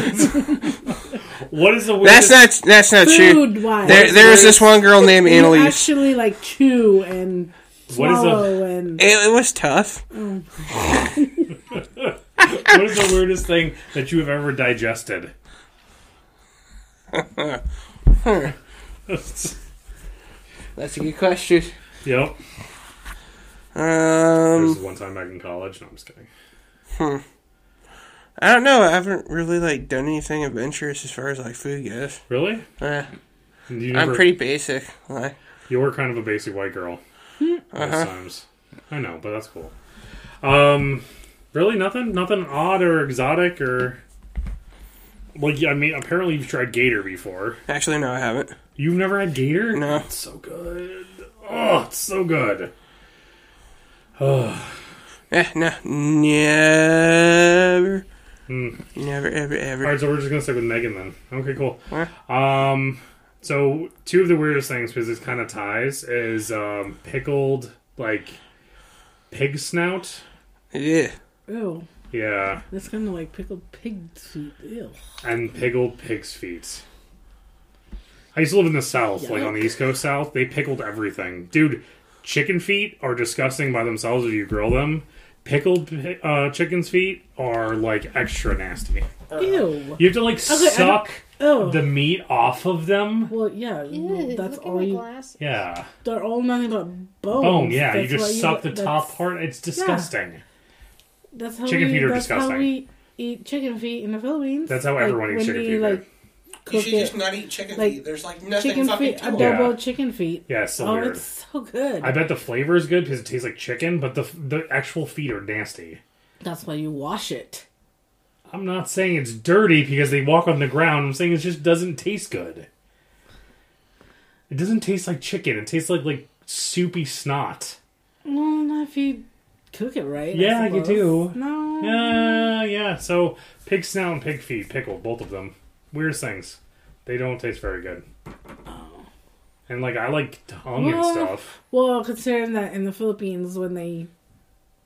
What is the weirdest? That's not that's not true. Food wise, There, there was this one girl named Annalise. actually like chew and What is the- swallow and It, it was tough. what is the weirdest thing that you have ever digested? That's a good question. yep. This Um, is one time back in college. No, I'm just kidding. I don't know. I haven't really like done anything adventurous as far as like food goes. Really? Uh, You I'm never- pretty basic. Like, You were kind of a basic white girl. Most times. I know, but that's cool. Um, really nothing, nothing odd or exotic or like. I mean, apparently you've tried gator before. actually, no, I haven't. You've never had gator? No. It's so good. Oh, it's so good. Eh, no, never, Hmm. never, ever, ever. All right, so we're just gonna stick with Megan then. Okay, cool. Huh? Um, so two of the weirdest things because it's kind of ties is um pickled like pig snout. Yeah, ew. Yeah, That's kind of like pickled pig feet. Ew. and pickled pig's feet. I used to live in the South, like on the East Coast South. They pickled everything, dude. Chicken feet are disgusting by themselves if you grill them. Pickled pi- uh, chicken's feet are like extra nasty. Uh, Ew. You have to like don't- suck Oh. the meat off of them. well, yeah. well, Ew, that's look at all my you. glass. Yeah. They're all nothing but bones. Bone, yeah. Oh, That's you why just suck the that's- top part. It's disgusting. That's how Chicken we, feet are that's disgusting. How we eat chicken feet in the Philippines. That's how Like, everyone eats when chicken we, feet. there. Like You cook should just it. not eat chicken Like, feet. There's like nothing Chicken fucking feet, to it. adobo Yeah. chicken feet. yeah, it's so oh, weird. it's so good. I bet the flavor is good because it tastes like chicken, but the the actual feet are nasty. That's why you wash it. I'm not saying it's dirty because they walk on the ground. I'm saying it just doesn't taste good. It doesn't taste like chicken. It tastes like like soupy snot. Well, not if you cook it right. Yeah, I you suppose. do. No. Yeah, yeah. So pig snout and pig feet, pickled, both of them. Weirdest things. They don't taste very good. And like I like tongue and Well- stuff. Well, considering that in the Philippines, when they.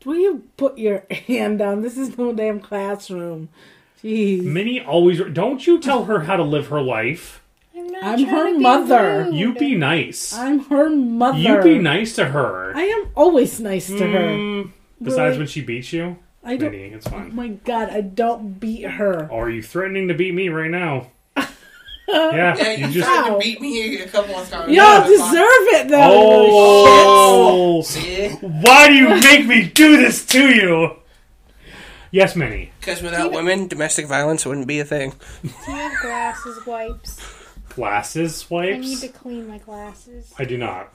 Will you put your hand down? This is no damn classroom. Jeez. Minnie always don't you tell her how to live her life. I'm, not I'm trying her to be mother. rude. You be nice. I'm her mother. You be nice to her. I am always nice to her. Mm, besides Really? when she beats you, I don't. Minnie, it's Oh fine. my god, I don't beat her. Are you threatening to beat me right now? yeah, Yeah, you you just. tried Ow. to beat me a couple of times. Y'all deserve it though. Oh, See? why do you make me do this to you? Yes, Minnie. because without women, domestic violence wouldn't be a thing. Do you have glasses wipes? Glasses I swipes. need to clean my glasses. I do not.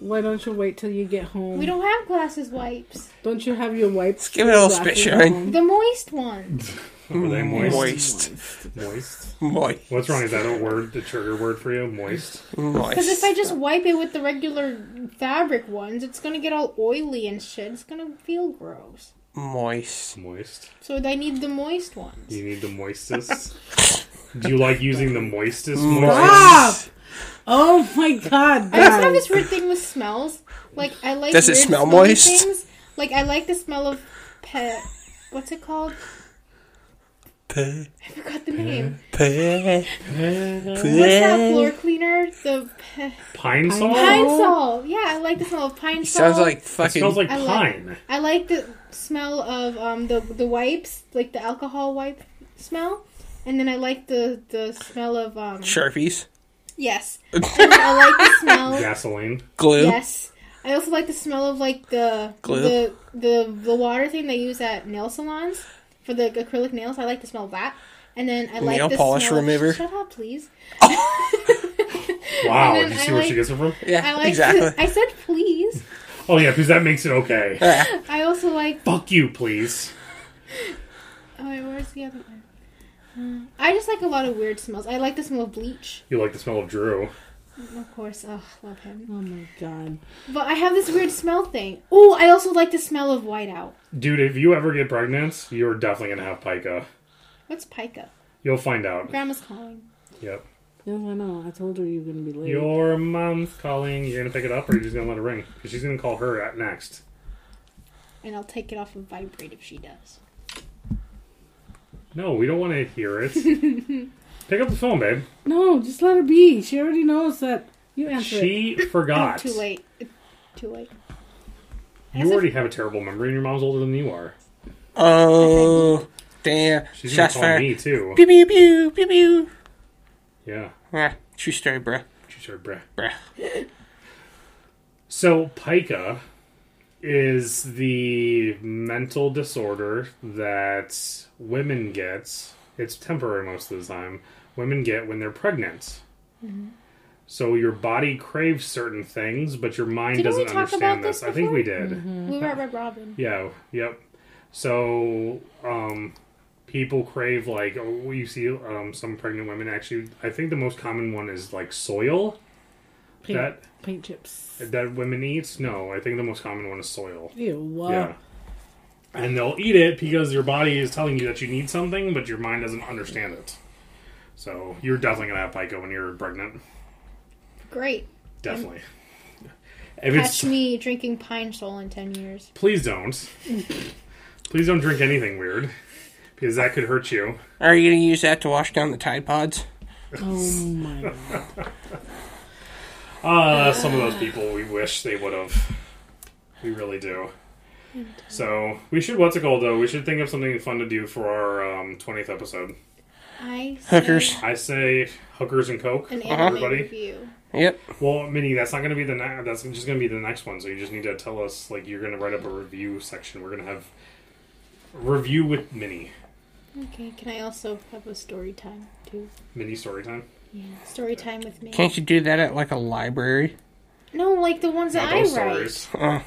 Why don't you wait till you get home? We don't have glasses wipes. Don't you have your wipes? give it a little Glasses spit at shine. home? The moist ones. Were they moist? Moist, Moist. moist, What's wrong? Is that a word, the trigger word for you? Moist. Because if I moist. just wipe it with the regular fabric ones, it's gonna get all oily and shit. It's gonna feel gross. Moist. Moist. So I need the moist ones. You need the moistest. do you like using the moistest? moistest? Ah! Oh my god, I also have guys. this weird thing with smells. Like I like. Does it weird smell smelly moist? Things. Like I like the smell of pet. What's it called? Peh, I forgot the name. peh, What's that peh. floor cleaner? The pe- Pine salt. Mm. pine Oh. sol. Yeah, I like the smell of pine He sol. sounds like It smells fucking like I like- pine. I like the smell of um the the wipes, like the alcohol wipe smell, and then I like the the smell of um sharpies, yes. And then I like the smell. Gasoline. glue. Yes. I also like the smell of like the Glue. the the the water thing they use at nail salons for the acrylic nails. I like the smell of that. And then I like Nail the polish smell of- remover. shut up, please. Wow. Did you And then see I where like- she gets it from? I Yeah, like exactly. I said please. Oh yeah, because that makes it okay. I also like. Fuck you, please. Oh, wait, where's the other one? I just like a lot of weird smells. I like the smell of bleach, You like the smell of Drew. of course. Oh, love him. Oh my god. But I have this weird smell thing. Oh, I also like the smell of whiteout. Dude, if you ever get pregnant, you're definitely going to have pica. What's pica? You'll find out. Grandma's calling. Yep. No, I know. I told her you were gonna be late. Your mom's calling. You're going to pick it up or you're just going to let it ring? 'Cause she's going to call her at next. And I'll take it off and vibrate if she does. No, we don't want to hear it. pick up the phone, babe. No, just let her be. She already knows that you answer it. She forgot. Too late. Too late. You already have a terrible memory and your mom's older than you are. Oh, damn. She's going Shots to call fired. me, too. Pew, pew, pew, pew, pew. Yeah. Ah, true story, bruh. She's her breath. Bruh. So pica is the mental disorder that women get. It's temporary most of the time. Women get when they're pregnant. Mm-hmm. So your body craves certain things, but your mind Didn't we doesn't talk understand about this I think before? Mm-hmm. we did. We were at Red Robin. Yeah. Yep. So um, people crave like oh, you see um, some pregnant women actually. I think the most common one is like soil Paint, that- paint chips. that women eat. No, I think the most common one is soil. Ew. What? Yeah. And they'll eat it because your body is telling you that you need something, but your mind doesn't understand it. So you're definitely gonna have pica when you're pregnant. Great. Definitely. If Catch it's me drinking pine sol in 10 years. please don't. please don't drink anything weird. Because that could hurt you. Are you going to use that to wash down the Tide Pods? Oh my. God. Uh some of those people we wish they would have. We really do. So we should what's it called though? We should think of something fun to do for our um, twentieth episode. I say Hookers. I say hookers and coke. An for anime review. Yep. Well, Minnie, that's not going to be the ne- that's just going to be the next one. So you just need to tell us like you're going to write up a review section. We're going to have a review with Minnie. Okay, can I also have a story time too? Minnie story time. Yeah. Story time with me. Can't you do that at like a library? No, like the ones that Not I those write. stories. Uh,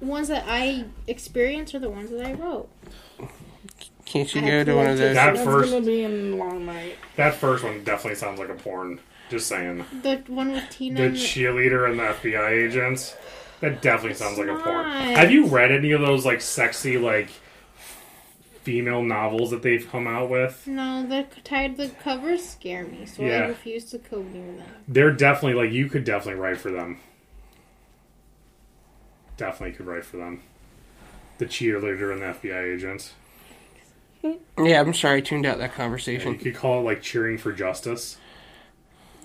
The ones that I experience are the ones that I wrote. can't you I go to one of feel those? That That's first- gonna be in long night. That first one definitely sounds like a porn. Just saying. The one with Tina. The and the- cheerleader and the FBI agents. That definitely sounds like a porn. not. Have you read any of those like sexy like female novels that they've come out with? no, the tied the covers scare me, so Yeah. I refuse to go near them. They're definitely like you could definitely write for them. Definitely could write for them. The cheerleader and the FBI agents. Yeah, I'm sorry, I tuned out that You conversation. could call it like cheering for justice,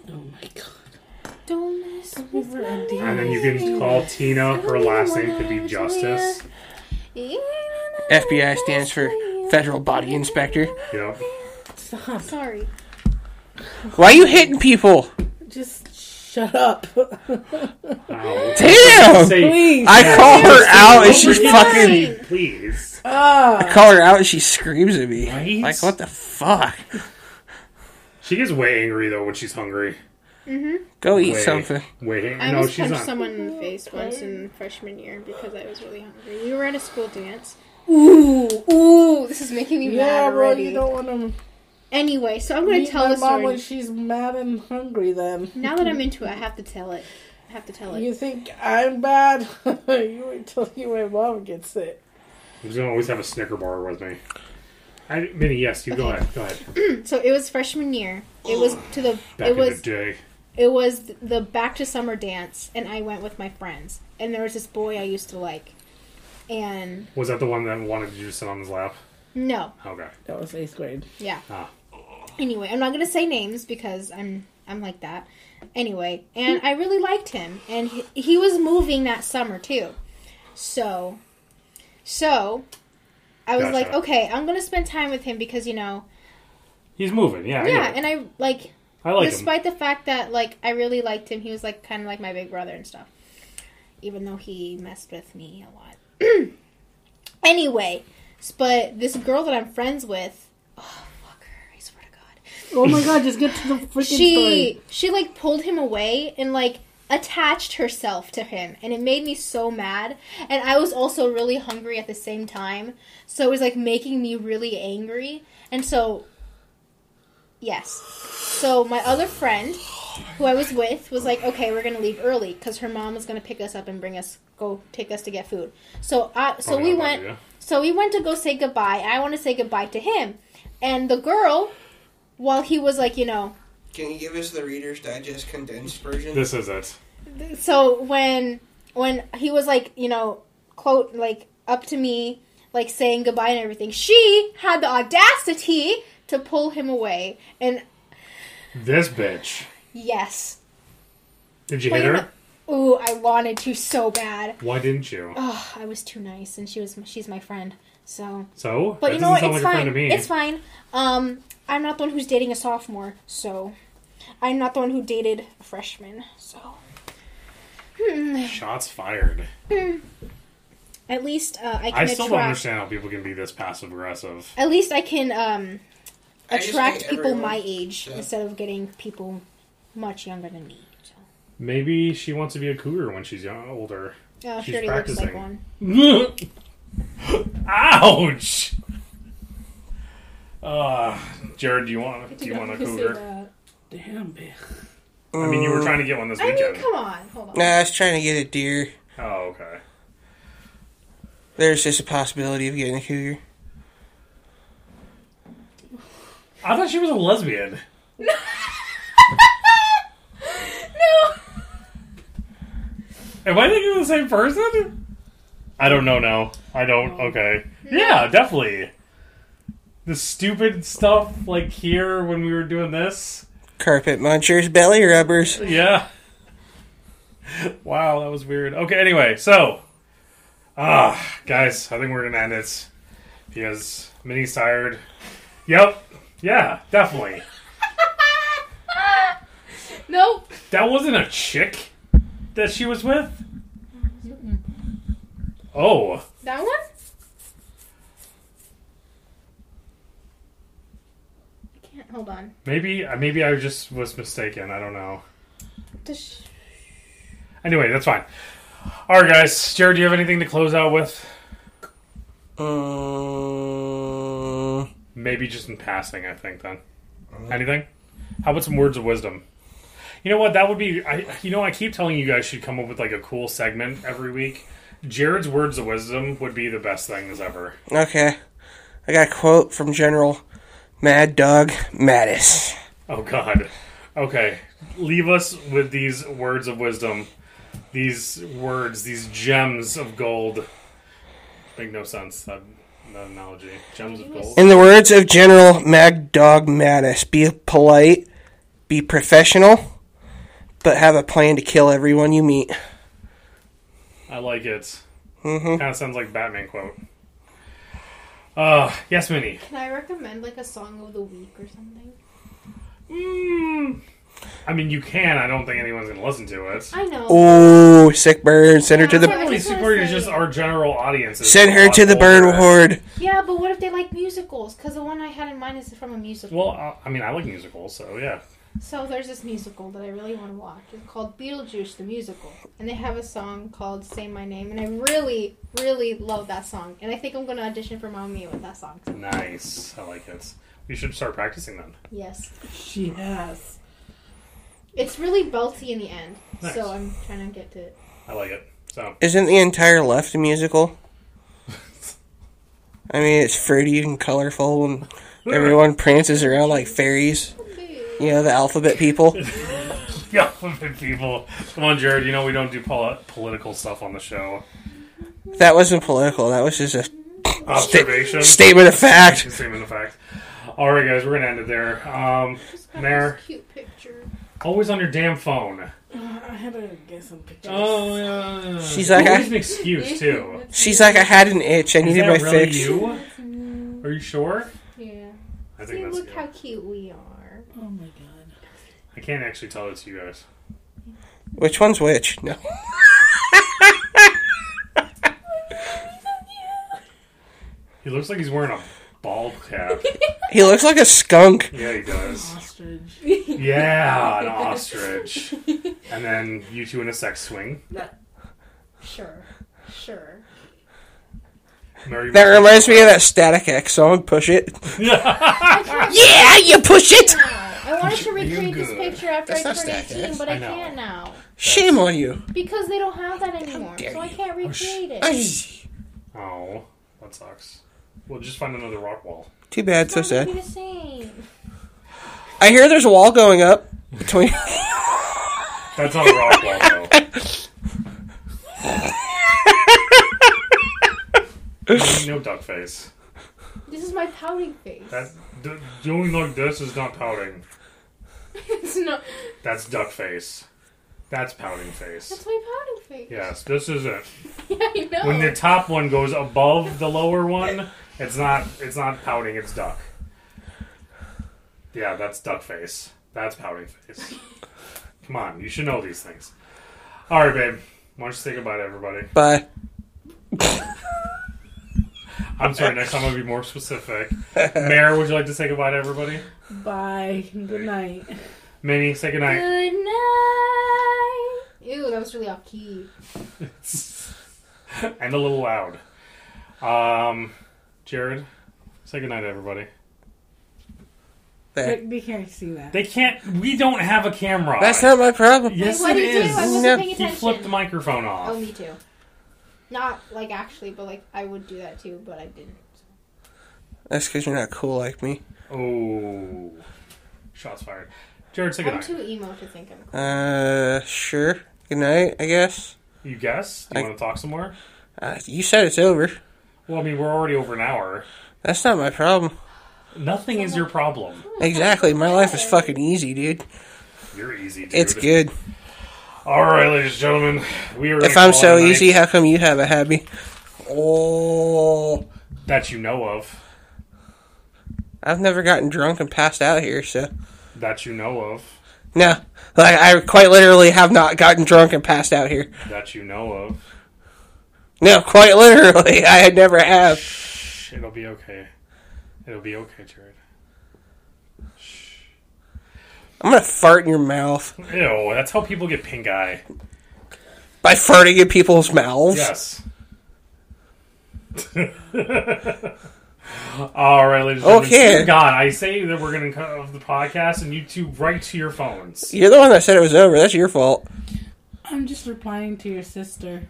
Oh my god. Don't mess with Never my ending. and then you can call Tina. Her last name could be Justice. FBI stands for Federal Body Inspector. Yep. Stop. Sorry. Why you hitting people? Just shut up. Ow. Damn! Say Please. I call her out and she fucking Fine. please. Ah. call her out and she screams at me. Right? Like what the fuck? She gets way angry though when she's hungry. Go eat Way, something. Way. I No, almost she's punched not. someone in the face once in freshman year because I was really hungry. We were at a school dance. Ooh. Ooh, this is making me mad Yeah, bro. already. You don't want to Anyway, so I'm going meet to tell my the mom when story. she's mad and hungry. Then Now that I'm into it, I have to tell it. I have to tell it. you think I'm bad? you wait till you my mom gets it. She's gonna always have a Snicker bar with me. I, Minnie, yes, you go Okay. ahead. Go ahead. So it was freshman year. It was to the Back it in was the day, it was the back to summer dance, and I went with my friends. And there was this boy I used to like, and was that the one that wanted you to sit on his lap? no, Okay. That was eighth grade. yeah. Ah. Anyway, I'm not gonna say names because I'm I'm like that. Anyway, and I really liked him, and he, he was moving that summer too. So, so I was Gotcha. like, okay, I'm gonna spend time with him because you know, He's moving. Yeah. I get yeah. it. And I like I like him. despite the fact that like I really liked him, he was like kind of like my big brother and stuff. Even though he messed with me a lot. anyway, s- but this girl that I'm friends with, oh fuck her, I swear to God, Oh my god, just get to the freaking she she like pulled him away and like attached herself to him and it made me so mad and i was also really hungry at the same time so it was like making me really angry and so Yes. So my other friend, who I was with, was like, "Okay, we're gonna leave early because her mom was gonna pick us up and bring us, go take us to get food." So I, Oh, so Probably we not a bad went, idea. so we went to go say goodbye. I want to say goodbye to him, and the girl, while he was like, you know, Can you give us the Reader's Digest condensed version? This is it. so when when he was like, you know, quote like up to me, like saying goodbye and everything, she had the audacity to pull him away, and This bitch. yes, Did you Wait hit a her? minute. Ooh, I wanted to so bad. Why didn't you? Oh, I was too nice, and she was she's my friend. So, So but that you know what? doesn't sound like a It's fine. friend to me. It's fine. Um, I'm not the one who's dating a sophomore, so I'm not the one who dated a freshman. So, hmm. Shots fired. At least uh, I I can still don't attract. understand how people can be this passive aggressive. At least I can um I just attract hate people everyone. my age Yeah. instead of getting people much younger than me. So, Maybe she wants to be a cougar when she's young, older. uh, she She's already looks like practicing. one. Ouch! Uh, Jared, do you want do you want a cougar? Damn, bitch. I mean, you were trying to get one this I mean, weekend. come on, hold on. Nah, I was trying to get a deer. Oh, okay. There's just a possibility of getting a cougar. I thought she was a lesbian. no. Am I thinking of the same person? I don't know now. I don't. Okay. Yeah, definitely. The stupid stuff like here when we were doing this. Carpet munchers, belly rubbers. Yeah. Wow, that was weird. Okay, anyway, so. Ah, guys, I think we're going to end it. Because Minnie's tired. Yep. Yeah, definitely. Nope. That wasn't a chick that she was with? Oh. That one? I can't. Hold on. Maybe uh, maybe I just was mistaken. I don't know. Does sh- Anyway, that's fine. All right, guys. Jared, do you have anything to close out with? Mm, Maybe just in passing, I think. Then anything? How about some words of wisdom? You know what? That would be. I you know I keep telling you guys should come up with like a cool segment every week. Jared's words of wisdom would be the best things ever. okay. I got a quote from General Mad Dog Mattis. Oh God. Okay, leave us with these words of wisdom. These words, these gems of gold. Make no sense. That, that analogy. Gems of gold. In the words of General Mad Dog Mattis, be polite, be professional, but have a plan to kill everyone you meet. I like it. Mm-hmm. Kind of sounds like Batman quote. Uh, yes, Minnie. Can I recommend like a song of the week or something? Mm, I mean, you can. I don't think anyone's gonna listen to it. I know. Oh, sick burn. Send her to the Generally, That's what I'm Sequoia is saying. just our general audience. is send a her lot to the burn older. horde. Yeah, but what if they like musicals? Because the one I had in mind is from a musical. Well, uh, I- I mean, I like musicals, so yeah. So there's this musical that I really want to watch. It's called Beetlejuice the Musical, and they have a song called "Say My Name," and I really, really love that song. And I think I'm gonna audition for Mamma Mia with that song. Nice. I like it. We should start practicing then. Yes. She has. It's really belty in the end, Nice. so I'm trying to get to it. I like it. So Isn't the entire left a musical? I mean, it's fruity and colorful, and everyone prances around like fairies. You know, the alphabet people. yeah, people. Come on, Jared. You know we don't do pol- political stuff on the show. That wasn't political. That was just a Observation. statement of fact. Statement of fact. All right, guys, we're gonna end it there. Um, Just got Mare. this cute picture. always on your damn phone. Uh, I had to get some pictures. Oh, yeah. She's like, always I- an excuse too. She's like, I had an itch. I Is needed that my really fix. you? Are you sure? Yeah. I See, think that's look you. how cute we are. Oh my god. I can't actually tell it's you guys. Which one's which? No. He looks like he's wearing a ball cap. He looks like a skunk. yeah, he does. Ostrich. Yeah, an ostrich. And then you two in a sex swing. Sure. Sure. Mary That reminds me of that Static X song, Push It. yeah, you push it! I wanted to recreate this good. picture after That's I not turned stacked, 18, that's- but I I know. can't now. Shame on you. Because they don't have that anymore. dare So I you. can't recreate it. Ay, Oh, that sucks. We'll just find another rock wall. Too bad, It's so not gonna sad. be the same. I hear there's a wall going up between. That's not a rock wall, though. no duck face. This is my pouting face. That d- doing like this is not pouting. it's not. That's duck face. That's pouting face. That's my pouting face. Yes, this is it. Yeah, I know. When the top one goes above the lower one, it's not it's not pouting. It's duck. Yeah, that's duck face. That's pouting face. Come on, you should know these things. All right, babe. Why don't you say goodbye to everybody? Bye. I'm sorry, next time I'll be more specific. Mayor, would you like to say goodbye to everybody? Bye. Good night. Minnie, say goodnight. Good night. Ew, that was really off key. and a little loud. Um, Jared, say goodnight to everybody. There. They, they can't see that. They can't, we don't have a camera. That's not my problem. Yes, Wait, what it do you do? is. I wasn't No. paying He attention. flipped the microphone off. Oh, me too. Not like actually, but like I would do that too, but I didn't. That's because you're not cool like me. Oh. Shots fired. Jared, say I'm goodnight. too emo to think I'm. Uh, sure. Good night, I guess. You guess? Do you I- want to talk some more? Uh, you said it's over. Well, I mean, we're already over an hour. That's not my problem. Nothing is your problem. Exactly. My life is fucking easy, dude. You're easy, dude. It's good. All right, ladies and gentlemen. We are If gonna I'm call so it a night easy, how come you have a hobby? Oh, That you know of. I've never gotten drunk and passed out here, so. That you know of. No. Like, I quite literally have not gotten drunk and passed out here. That you know of. No, quite literally, I never have. Shh, it'll be okay. It'll be okay, Jared. I'm gonna fart in your mouth Ew, that's how people get pink eye. by farting in people's mouths. Yes. All right, ladies and Okay. gentlemen. God, I say that we're going to cut off the podcast, and you two right to your phones. You're the one that said it was over. That's your fault. I'm just replying to your sister.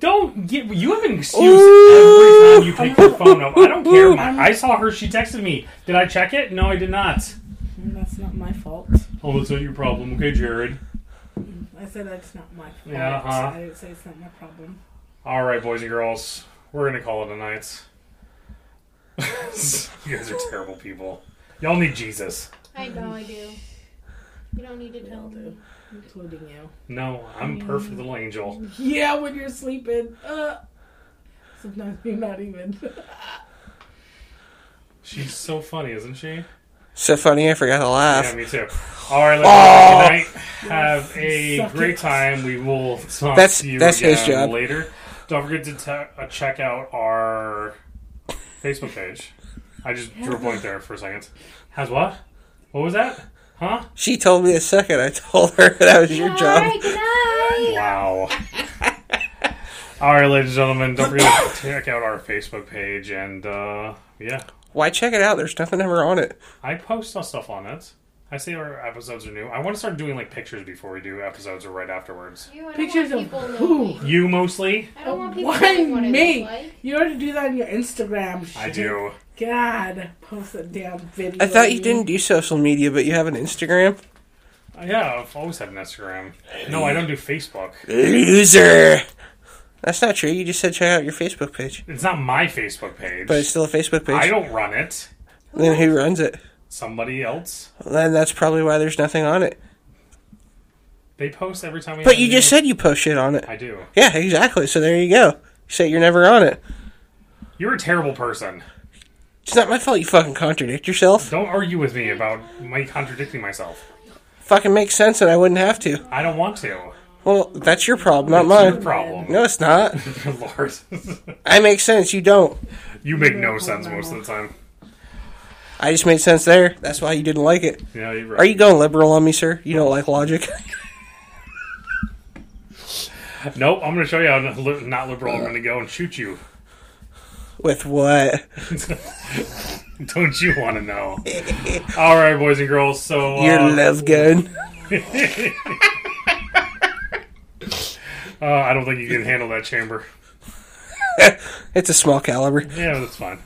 Don't get. You have an excuse every time you pick your phone up. I don't care. My, I saw her. She texted me. Did I check it? No, I did not. And that's not my fault. Oh, that's not your problem. Okay, Jared. I said that's not my fault. Yeah, uh-huh. I didn't say it's not my problem. All right, boys and girls, we're gonna call it a night. you guys are terrible people. Y'all need Jesus. I know I do. You don't need to tell me. Including you. No, I'm a perfect little angel. Yeah, when you're sleeping. Uh, sometimes you're not even. She's so funny, isn't she? So funny, I forgot to Yeah, laugh. me too. All right, Oh! ladies, and gentlemen, good night. Have a Suck great it. time. We will talk That's- to you that's again his job. later. Don't forget to te- uh, check out our Facebook page. I just drew a blank there for a second. Has what? What was that? Huh? She told me a second. I told her that was your job. Alright, good night. Wow. All right, ladies and gentlemen, don't forget to check out our Facebook page, and uh, yeah, Why check it out? There's nothing ever on it. I post our stuff on it. I say our episodes are new. I want to start doing like pictures before we do episodes or right afterwards. You, I don't Pictures want of people knowing who? me. You mostly, I don't want people Why knowing what I me? look like. You already do that on your Instagram. I shit. do. God, post a damn video. I thought of you didn't do social media, but you have an Instagram. Yeah, I've always had an Instagram. No, I don't do Facebook. Loser. That's not true. You just said check out your Facebook page, It's not my Facebook page. but it's still a Facebook I page. don't run it. Then who runs it? Somebody else. Then that's probably why there's nothing on it. They post every time we. But have you a just new- said you post shit on it. I do. Yeah, exactly. So there you go. You say you're never on it. You're a terrible person. It's not my fault you fucking contradict yourself. Don't argue with me about my contradicting myself. Fucking makes sense and I wouldn't have to. I don't want to. Well, that's your problem, not Your mine. problem. No, it's not. Lord. I make sense, you don't. you make no sense most of the time. I just made sense there. That's why you didn't like it. Yeah, you're right. Are you going liberal on me, sir? You don't like logic. Nope, I'm going to show you how li- not liberal I'm going to go and shoot you. With what? Don't you want to know? All right, boys and girls. So uh, Your love gun. uh, I don't think you can handle that chamber. It's a small caliber. Yeah, that's fine.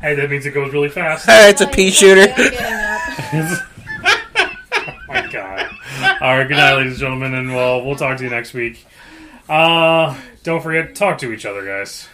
Hey, that means it goes really fast. Ah, it's a pea shooter. oh my god. All right, good night, ladies and gentlemen, and we'll we'll talk to you next week. Uh, don't forget, talk to each other, guys.